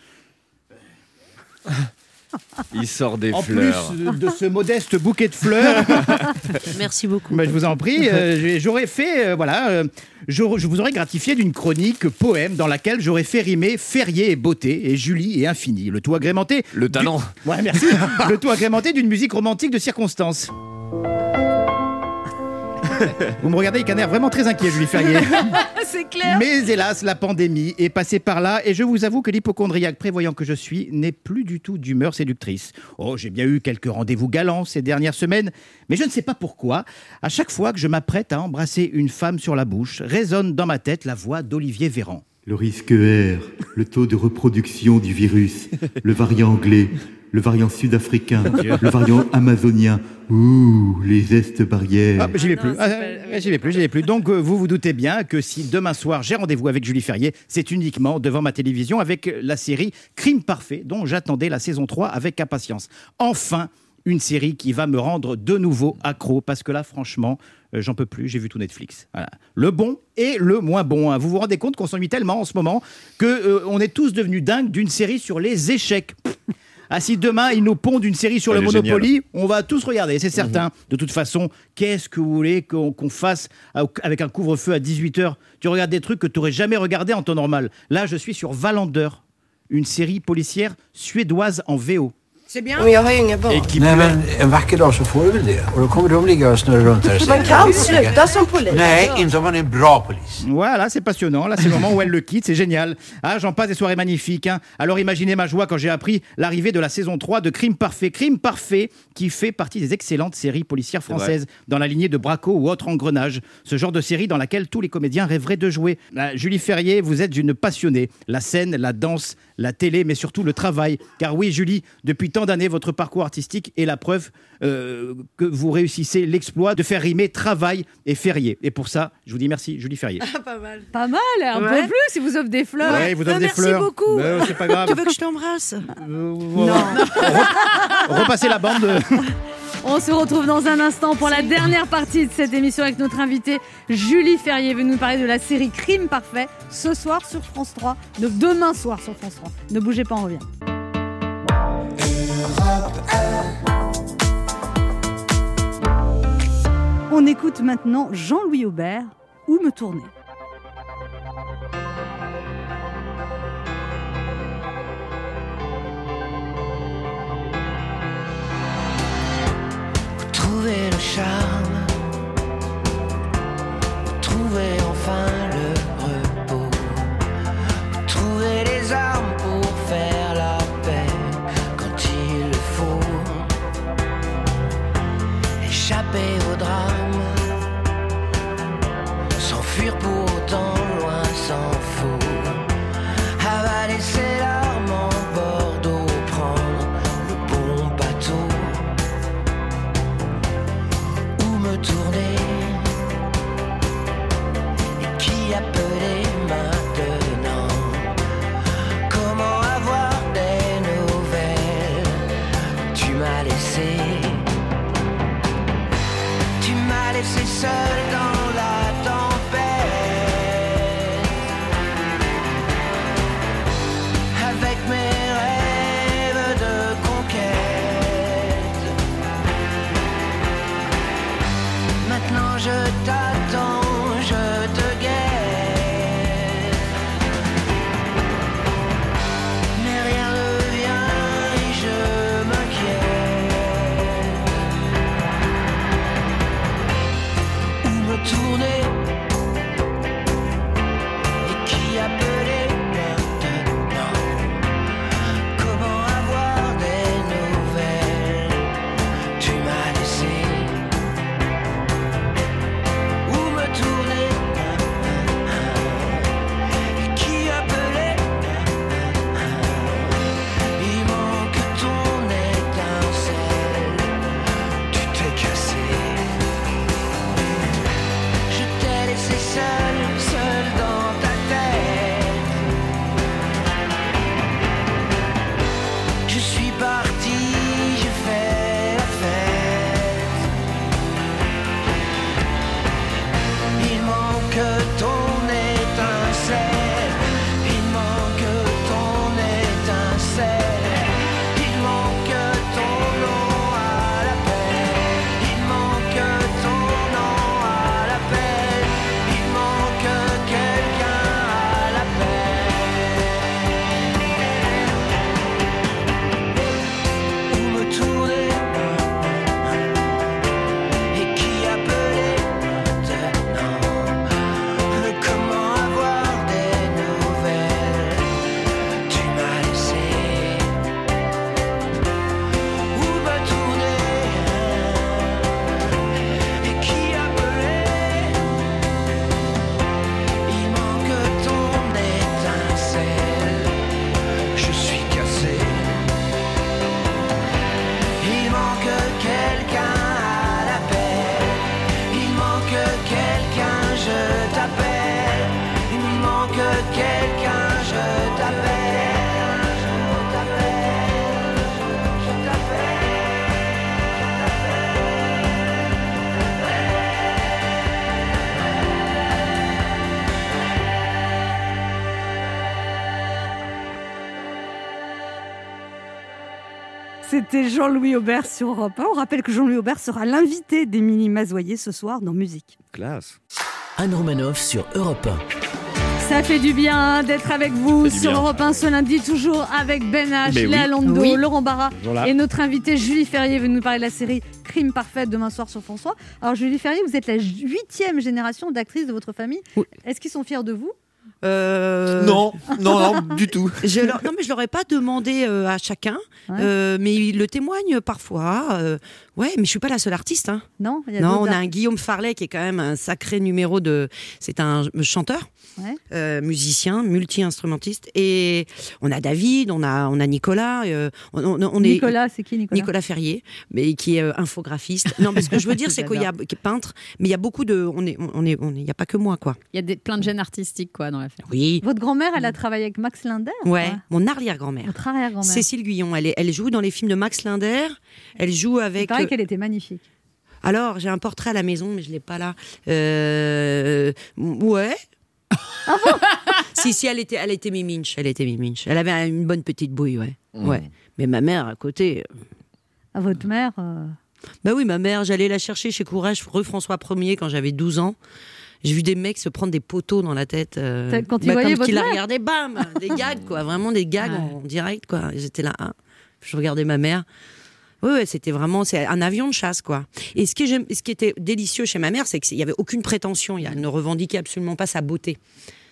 Il sort des en fleurs. euh, plus de ce modeste bouquet de fleurs, (laughs) Merci beaucoup. bah, je vous en prie, euh, j'ai- j'aurais fait, euh, voilà, euh, j'aur- je vous aurais gratifié d'une chronique poème dans laquelle j'aurais fait rimer Férié et beauté et Julie et infini, le tout agrémenté. Le talent. Ouais, (laughs) merci. le tout agrémenté d'une musique romantique de circonstance. Vous me regardez avec un air vraiment très inquiet, Julie Ferrier. (laughs) c'est clair. Mais hélas, la pandémie est passée par là et je vous avoue que l'hypochondriaque prévoyant que je suis n'est plus du tout d'humeur séductrice. Oh, j'ai bien eu quelques rendez-vous galants ces dernières semaines, mais je ne sais pas pourquoi. À chaque fois que je m'apprête à embrasser une femme sur la bouche, résonne dans ma tête la voix d'Olivier Véran. (laughs) Le risque R, le taux de reproduction du virus, le variant anglais, le variant sud-africain, Mon Dieu. le variant amazonien. Ouh, les gestes barrières. Hop, j'y vais plus. Ah, j'y vais plus, j'y vais plus. Donc, euh, vous vous doutez bien que si demain soir j'ai rendez-vous avec Julie Ferrier, c'est uniquement devant ma euh, télévision avec la série Crime Parfait, dont j'attendais la saison 3 avec impatience. Enfin, une série qui va me rendre de nouveau accro parce que là, franchement, euh, j'en peux plus. J'ai vu tout Netflix. Voilà. Le bon et le moins bon. hein. Vous vous rendez compte qu'on s'ennuie tellement en ce moment que euh, on est tous devenus dingues d'une série sur les échecs. Pff. Ah, si demain ils nous pondent une série sur Elle le est géniale. Mhm. Monopoly, on va tous regarder, c'est certain. De toute façon, qu'est-ce que vous voulez qu'on qu'on fasse à- avec un couvre-feu à 18h Tu regardes des trucs que tu n'aurais jamais regardé en temps normal. Là, je suis sur Valander, une série policière suédoise en VO. C'est bien. Men jag har ju inga Oh. barn. Nej, men en vacker dag så får du väl det. Och då kommer de ligga och snurra (laughs) runt Euh, här. Man kan sluta som polis. Nej, inte om man är en bra polis. Voilà, c'est passionnant. Là, c'est le moment où elle le quitte. C'est génial. Ah, j'en passe des soirées magnifiques. hein. Alors, imaginez ma joie quand j'ai appris l'arrivée de la saison 3 de Crime Parfait. Crime Parfait, qui fait partie des excellentes séries policières C'est vrai. françaises dans la lignée de Braco ou autre engrenage. Ce genre de série dans laquelle tous les comédiens rêveraient de jouer. Ah, Julie Ferrier, vous êtes une passionnée. La scène, la danse, la télé, mais surtout le travail. Car oui, Julie, depuis tant d'années, votre parcours artistique est la preuve euh, que vous réussissez l'exploit de faire rimer travail et Ferrier. Et pour ça, je vous dis merci, Julie Ferrier. Ah, pas mal. Pas mal, un Ouais. peu plus, il vous offre des fleurs. Ouais, il vous offre Euh, des merci fleurs. beaucoup. Bah ouais, c'est pas grave. (laughs) Tu veux que je t'embrasse Repassez la (laughs) bande. On se retrouve dans un instant pour la dernière partie de cette émission avec notre invitée Julie Ferrier, venue nous parler de la série Crime Parfait ce soir sur France 3, de demain soir sur France 3. Ne bougez pas, on revient. On écoute maintenant Jean-Louis Aubert, Où me tourner trouver le charme, trouver enfin le repos, trouver les armes pour faire la paix quand il le faut, échapper au drame, s'enfuir pour autant loin sans faux, avaler ses larmes en bord d'eau, prendre le bon bateau où me tourner Et qui appeler maintenant Comment avoir des nouvelles Tu m'as laissé Tu m'as laissé seul dans la tempête Avec mes rêves de conquête Maintenant je t'attends, je te guette. Mais rien ne vient et je m'inquiète. Où me C'était Jean-Louis Aubert sur Europe 1. On rappelle que Jean-Louis Aubert sera l'invité d'Émilie Mazoyer ce soir dans Musique. Classe. Anne Romanoff sur Europe 1. Ça fait du bien hein, d'être avec vous fait du sur bien. Europe 1 ce lundi, toujours avec Ben H, Mais Léa oui. Londo, Oui. Laurent Barra Toujours là. et notre invité Julie Ferrier veut nous parler de la série Crime Parfait demain soir sur François. Alors Julie Ferrier, vous êtes la huitième génération d'actrices de votre famille. Est-ce qu'ils sont fiers de vous Non, non, non, du tout. Euh, (laughs) Je leur- non, mais je l'aurais pas demandé euh, à chacun, euh, mais ils le témoignent parfois. euh, ouais, mais je suis pas la seule artiste. hein. Non, il y a Non, on d'autres a un Guillaume Farlet qui est quand même un sacré numéro de. C'est un chanteur, Ouais. euh, musicien, multi-instrumentiste. Et on a David, on a, on a Nicolas. euh, on, on- on est- Nicolas, c'est qui Nicolas Ferrier, mais qui est euh, infographiste. Non, mais ce que je veux (laughs) dire, c'est qu'il y a qui est peintre, mais il y a beaucoup de. On est, on est, on est- il n'y a pas que moi, quoi. Il y a des, plein de gènes artistiques quoi, dans l'affaire. Oui. Votre grand-mère, elle a travaillé avec Max Linder Ouais, mon arrière-grand-mère. Votre arrière-grand-mère. Cécile Guyon, elle, est- elle joue dans les films de Max Linder. Elle joue Il avec. euh, paraît qu'elle était magnifique. Alors, j'ai un portrait à la maison, mais je l'ai pas là. Euh, Ouais. si, si, elle était, elle était miminche. Elle était miminche. Elle avait une bonne petite bouille, ouais. ouais. Mais ma mère, à côté. euh, À votre mère euh, Bah oui, ma mère, j'allais la chercher chez Courage, rue François 1er, quand j'avais 12 ans. J'ai vu des mecs se prendre des poteaux dans la tête. euh, Quand ils bah, voyaient comme votre qu'il la mère. regardait, bam Des gags, quoi. Vraiment des gags en en direct, quoi. J'étais là, hein. je regardais ma mère. Oui, ouais, c'était vraiment c'est un avion de chasse, quoi. Et ce qui, j'aime- ce qui était délicieux chez ma mère, c'est qu'il n'y avait aucune prétention. Il y a- Elle ne revendiquait absolument pas sa beauté.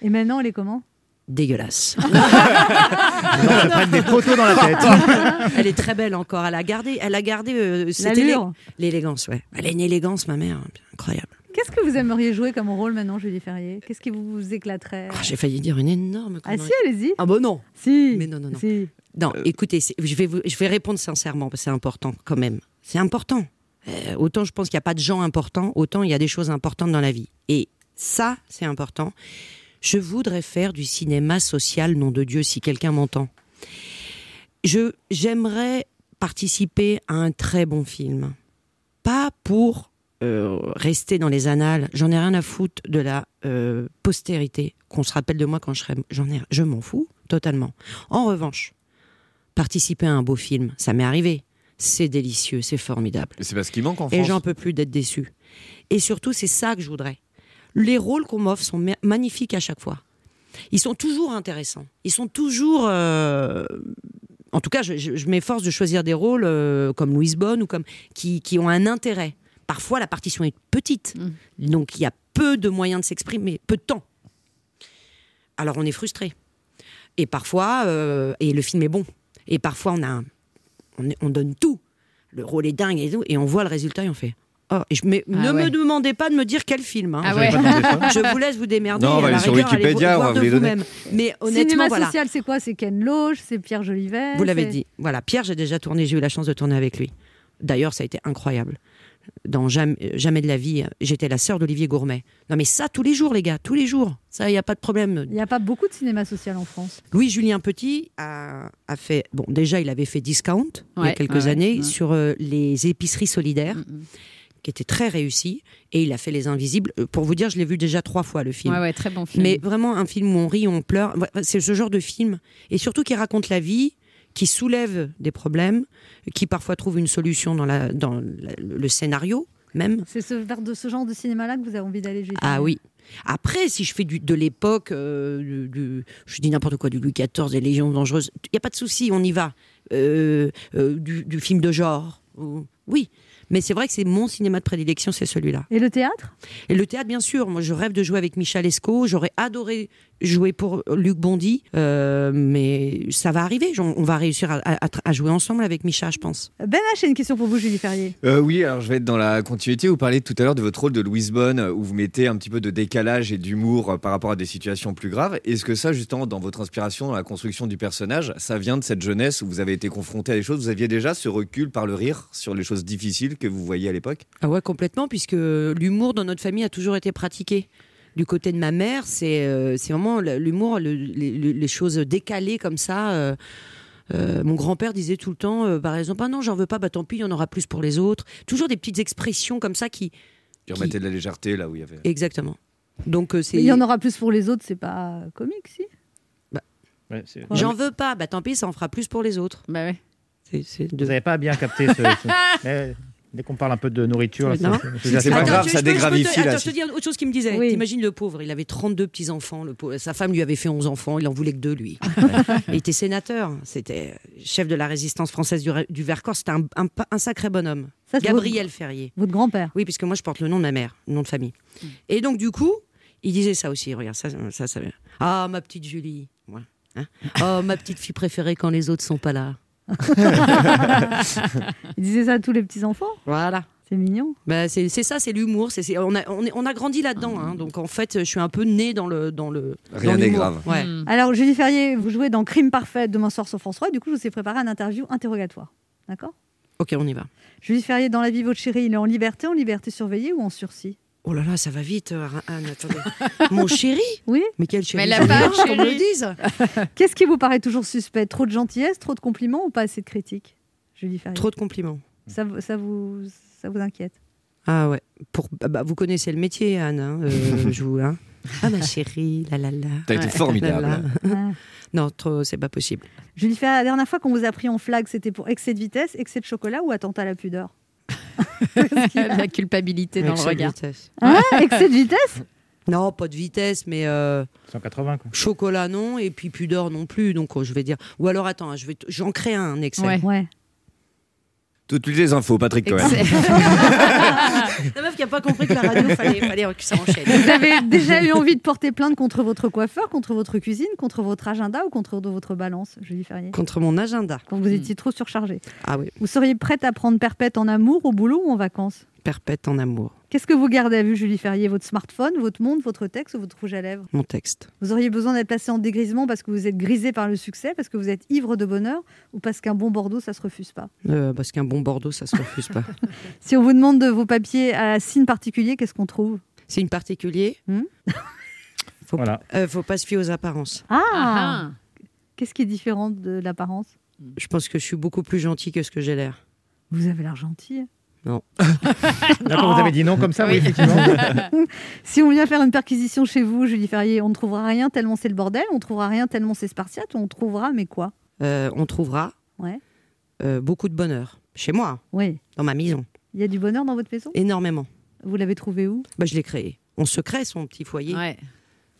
Et maintenant, elle est comment (laughs) Dégueulasse. Ils prennent des protos dans la tête. elle est très belle encore. Elle a gardé, elle a gardé euh, c'était L'allure. l'é- l'élégance, ouais. Elle a une élégance, ma mère. hein, Incroyable. Qu'est-ce que vous aimeriez jouer comme rôle maintenant, Julie Ferrier Qu'est-ce qui vous, vous éclaterait Ah, J'ai failli dire une énorme. Ah connerie. si, allez-y. Ah bah non. Si. Mais non, non, non. Si. Non, écoutez, c'est- je vais, vous- je vais répondre sincèrement, parce que c'est important quand même. C'est important. Euh, autant je pense qu'il n'y a pas de gens importants, autant il y a des choses importantes dans la vie. Et ça, c'est important. Je voudrais faire du cinéma social, nom de Dieu, si quelqu'un m'entend. Je J'aimerais participer à un très bon film. Pas pour euh, rester dans les annales. J'en ai rien à foutre de la euh, postérité qu'on se rappelle de moi quand je serai. J'en ai, je m'en fous totalement. En revanche, participer à un beau film, ça m'est arrivé. C'est délicieux, c'est formidable. C'est parce qu'il manque en Et France. j'en peux plus d'être déçu. Et surtout, c'est ça que je voudrais. Les rôles qu'on m'offre sont ma- magnifiques à chaque fois. Ils sont toujours intéressants. Ils sont toujours. euh, En tout cas, je, je- je m'efforce de choisir des rôles euh, comme Louise Bonne ou comme qui, qui ont un intérêt. Parfois, la partition est petite, donc il y a peu de moyens de s'exprimer, peu de temps. Alors on est frustré. Et parfois, euh, et le film est bon. Et parfois, on a, un- on, on donne tout. Le rôle est dingue et tout, et on voit le résultat et on fait. Oh, et je, mais ne Ah ouais. me demandez pas de me dire quel film. hein. Ah J'avais ouais. pas demandé ça. Je vous laisse vous démerder. Non, on va à la aller sur rigueur, allez Wikipédia, voir on va de vous les donner. vous-même. Mais honnêtement, Cinéma voilà. social, c'est quoi C'est Ken Loach, c'est Pierre Ah, Jolivet. Vous l'avez c'est- dit. Voilà, Pierre, j'ai déjà tourné, j'ai eu la chance de tourner avec lui. D'ailleurs, ça a été incroyable. Dans jamais, jamais de la vie, j'étais la sœur d'Olivier Gourmet. Non, mais ça, tous les jours, les gars, tous les jours. Ça, il n'y a pas de problème. Il n'y a pas beaucoup de cinéma social en France. Louis-Julien Petit a, a fait. Bon, déjà, il avait fait Discount il y a Ouais, quelques ouais, ouais. années sur euh, les épiceries solidaires, Mm, qui était très réussi. Et il a fait Les Invisibles. Euh, Pour vous dire, je l'ai vu déjà trois fois, le film. Ouais, ouais, très bon film. Mais vraiment, un film où on rit, on pleure. Ouais, C'est ce genre de film. Et surtout, qui raconte la vie, qui soulève des problèmes, qui parfois trouve une solution dans, la, dans la- le scénario même. C'est ce, vers de ce genre de cinéma-là que vous avez envie d'aller, Julie Mm. Ah Ferrier oui. Après, si je fais du, de l'époque, euh, du- du- je dis n'importe quoi, du Louis XIV, des Légions dangereuses, il n'y a pas de souci, on y va. Euh, euh, du, du film de genre, ou- oui. Mais c'est vrai que c'est mon cinéma de prédilection, c'est celui-là. Et le théâtre Et le théâtre, bien sûr. Moi, je rêve de jouer avec Michel Esco. J'aurais adoré jouer pour Luc Bondy. Euh, mais ça va arriver. On, on va réussir à, à- à tra- à jouer ensemble avec Micha, je pense. Ben H, j'ai une question pour vous, Julie Ferrier. Euh, oui, alors je vais être dans la continuité. Vous parlez tout à l'heure de votre rôle de Louise Bonne, euh, où vous mettez un petit peu de décalage et d'humour euh, par rapport à des situations plus graves. Est-ce que ça, justement, dans votre inspiration, dans la construction du personnage, ça vient de cette jeunesse où vous avez été confronté à des choses Vous aviez déjà ce recul par le rire sur les choses difficiles que vous voyiez à l'époque Ah ouais, complètement, puisque l'humour dans notre famille a toujours été pratiqué. Du côté de ma mère, c'est euh, c'est vraiment le- l'humour, le- les, les- les choses décalées comme ça. euh, euh, mon grand-père disait tout le temps, euh, par exemple, ah non, j'en veux pas, bah tant pis, il y en aura plus pour les autres. Toujours des petites expressions comme ça qui. Vous remettez de la légèreté là où il y avait. Exactement. Donc euh, Mais c'est. Il y en aura plus pour les autres, c'est pas comique, si J'en veux pas, bah tant pis, ça en fera plus pour les autres. Bah ouais. C'est- c'est de- Vous n'avez pas bien capté (laughs) ce. ce- Eh, Dès qu'on parle un peu de nourriture, Non. Attends, tu- je peux- je peux te- Attends, je te si- dis autre chose qu'il me disait. T'imagines le pauvre, il avait 32 petits-enfants. le pauvre. Sa femme lui avait fait 11 enfants, il en voulait que (laughs) deux, lui. il était sénateur, c'était chef de la résistance française du, Ra- du Vercors, c'était un, un pa- un sacré bonhomme. Ça, c'est Gabriel votre- Ferrier. Votre grand-père. Mm. Oui, puisque moi je porte le nom de ma mère, le nom de famille. Et donc du coup, il disait ça aussi, regarde, ça, ça, ça. Ah, ma petite Julie. Voilà. Hein oh, ma petite fille préférée quand les autres sont (laughs) pas là. Il disait ça à tous les petits-enfants. Voilà. C'est mignon. Bah, c'est c'est ça, c'est l'humour. c'est- c'est- on, a, on, est- on a grandi là-dedans. hein. donc en fait, je suis un peu née dans le. Dans le Rien dans n'est l'humour. grave. Ouais. Alors, Julie Ferrier, vous jouez dans Crime Parfait demain soir sur France 3. Et du coup, je vous ai préparé un interview interrogatoire. D'accord Ok, on y va. Julie Ferrier, dans la vie, votre chéri, il est en liberté, en liberté surveillée ou en sursis Oh là là, ça va vite, euh, Anne. Attendez. (laughs) Mon chéri Oui. Mais quel chéri Mais elle j'en ai l'a pas, marre qu'on me le chéri. dise. (laughs) Qu'est-ce qui vous paraît toujours suspect Trop de gentillesse, trop de compliments ou pas assez de critiques Julie Ferrier. Trop de compliments. Ça, vous- ça, vous, ça vous inquiète Ah ouais. Pour, bah, bah, vous connaissez le métier, Anne. hein, (laughs) euh, je vous, hein. Ah ma chérie, la la la. T'as été Ouais. formidable. La, la, la. Ouais. non, trop, c'est pas possible. Julie Ferrier, la dernière fois qu'on vous a pris en flag, c'était pour excès de vitesse, excès de chocolat ou attentat à la (laughs) pudeur La culpabilité dans le Excès de regard. vitesse. Hein Excès de vitesse (laughs) Non, pas de vitesse, mais. 180, quoi. Chocolat, non, et puis pudeur non plus. Donc, oh, je vais dire. Ou alors, attends, hein, je vais t- j'en crée un, un excès. Ouais. Toutes les infos, Patrick Cohen. (laughs) (laughs) La meuf qui a pas compris que la radio, fallait, fallait que ça enchaîne. Vous avez déjà eu envie de porter plainte contre votre coiffeur, contre votre cuisine, contre votre agenda ou contre de votre balance, Julie Ferrier (laughs) Contre Hmm. mon agenda. Quand vous étiez trop surchargé. Ah oui, Vous seriez prête à prendre perpète en amour, au boulot ou en vacances perpète en amour. Qu'est-ce que vous gardez à vue, Julie Ferrier Votre smartphone, votre montre, votre texte ou votre rouge à lèvres Mon texte. Vous auriez besoin d'être placé en dégrisement parce que vous êtes grisé par le succès, parce que vous êtes ivre de bonheur ou parce qu'un bon Bordeaux, ça se refuse pas Euh, parce qu'un bon Bordeaux, ça se refuse pas. Si on vous demande de vos papiers à signe particulier, qu'est-ce qu'on trouve Hmm? Signe particulier faut, euh, faut pas se fier aux apparences. Ah, Ah. Qu'est-ce qui est différent de l'apparence Je pense que je suis beaucoup plus gentil que ce que j'ai l'air. Vous avez l'air gentil. (laughs) Non. D'accord, vous avez dit non comme ça, oui, effectivement. (laughs) si on vient faire une perquisition chez vous, Julie Ferrier, on ne trouvera rien tellement c'est le bordel, on ne trouvera rien tellement c'est spartiate, on trouvera mais quoi (laughs) Euh, on trouvera Ouais. euh, beaucoup de bonheur. Chez moi, Oui. dans ma maison. Il y a du bonheur dans votre maison Énormément. Vous l'avez trouvé où Bah, je l'ai créé. On se crée son petit foyer.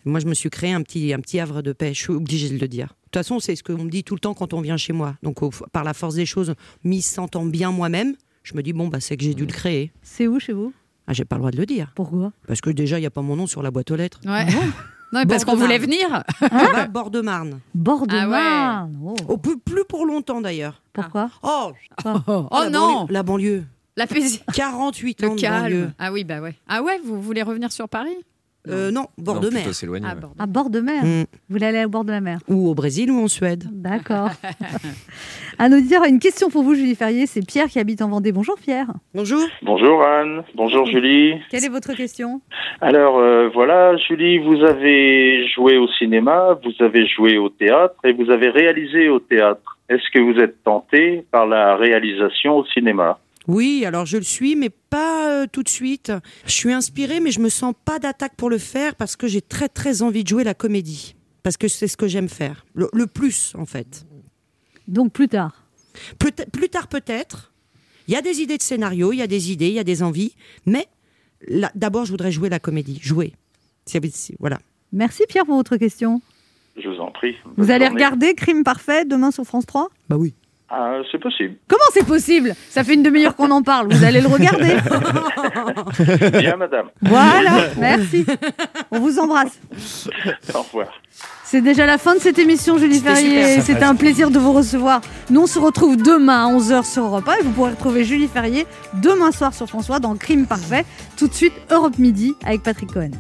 Moi, je me suis créé un petit, un petit havre de paix. Je suis obligée de le dire. De toute façon, c'est ce qu'on me dit tout le temps quand on vient chez moi. Donc, au- par la force des choses, m'y sentant bien moi-même, je me dis bon, bah, c'est que j'ai dû le créer. C'est où chez vous Ah, j'ai pas le droit de le dire. Pourquoi Parce que déjà, il n'y a pas mon nom sur la boîte aux lettres. Ouais. Non, mais parce qu'on voulait venir. Bord de Ah, bah, Marne. Bord de Ah ouais. Hein Marne. Oh. Au plus, plus pour longtemps d'ailleurs. Pourquoi (laughs) Oh, Oh, la non banlieue- La banlieue. (laughs) La paix. 48 ans Le de calme. banlieue. Ah oui, bah ouais. Ah ouais, vous voulez revenir sur Paris Euh, non, bord Non, de plutôt mer. s'éloigner, Ah, ouais. bord À bord de mer Mm. Vous voulez aller au bord de la mer Ou au Brésil ou en Suède. (laughs) D'accord. Un auditeur a une question pour vous, Julie Ferrier. C'est Pierre qui habite en Vendée. Bonjour Pierre. Bonjour. (laughs) Bonjour Anne, bonjour Julie. Quelle est votre question Alors euh, voilà, Julie, vous avez joué au cinéma, vous avez joué au théâtre et vous avez réalisé au théâtre. Est-ce que vous êtes tentée par la réalisation au cinéma Oui, alors je le suis, mais pas euh, tout de suite. Je suis inspirée, mais je me sens pas d'attaque pour le faire parce que j'ai très très envie de jouer la comédie. Parce que c'est ce que j'aime faire. Le, le plus, en fait. Donc plus tard. Plus, ta- plus tard peut-être. Il y a des idées de scénario, il y a des idées, il y a des envies. Mais là, d'abord, je voudrais jouer la comédie. Jouer. C'est- c'est- Voilà. Merci Pierre pour votre question. Je vous en prie. vous Bonne allez journée. regarder Crime Parfait demain sur France 3 Ah, c'est possible. Comment c'est possible Ça fait une demi-heure qu'on en parle. Vous allez le (laughs) regarder. (laughs) Bien, madame. voilà, merci. On vous embrasse. Au revoir. C'est déjà la fin de cette émission, Julie C'était Ferrier. super. C'était un plaisir de vous recevoir. Nous, on se retrouve demain à 11h sur Europe 1 et vous pourrez retrouver Julie Ferrier demain soir sur François dans Crime Parfait. Tout de suite, Europe Midi avec Patrick Cohen.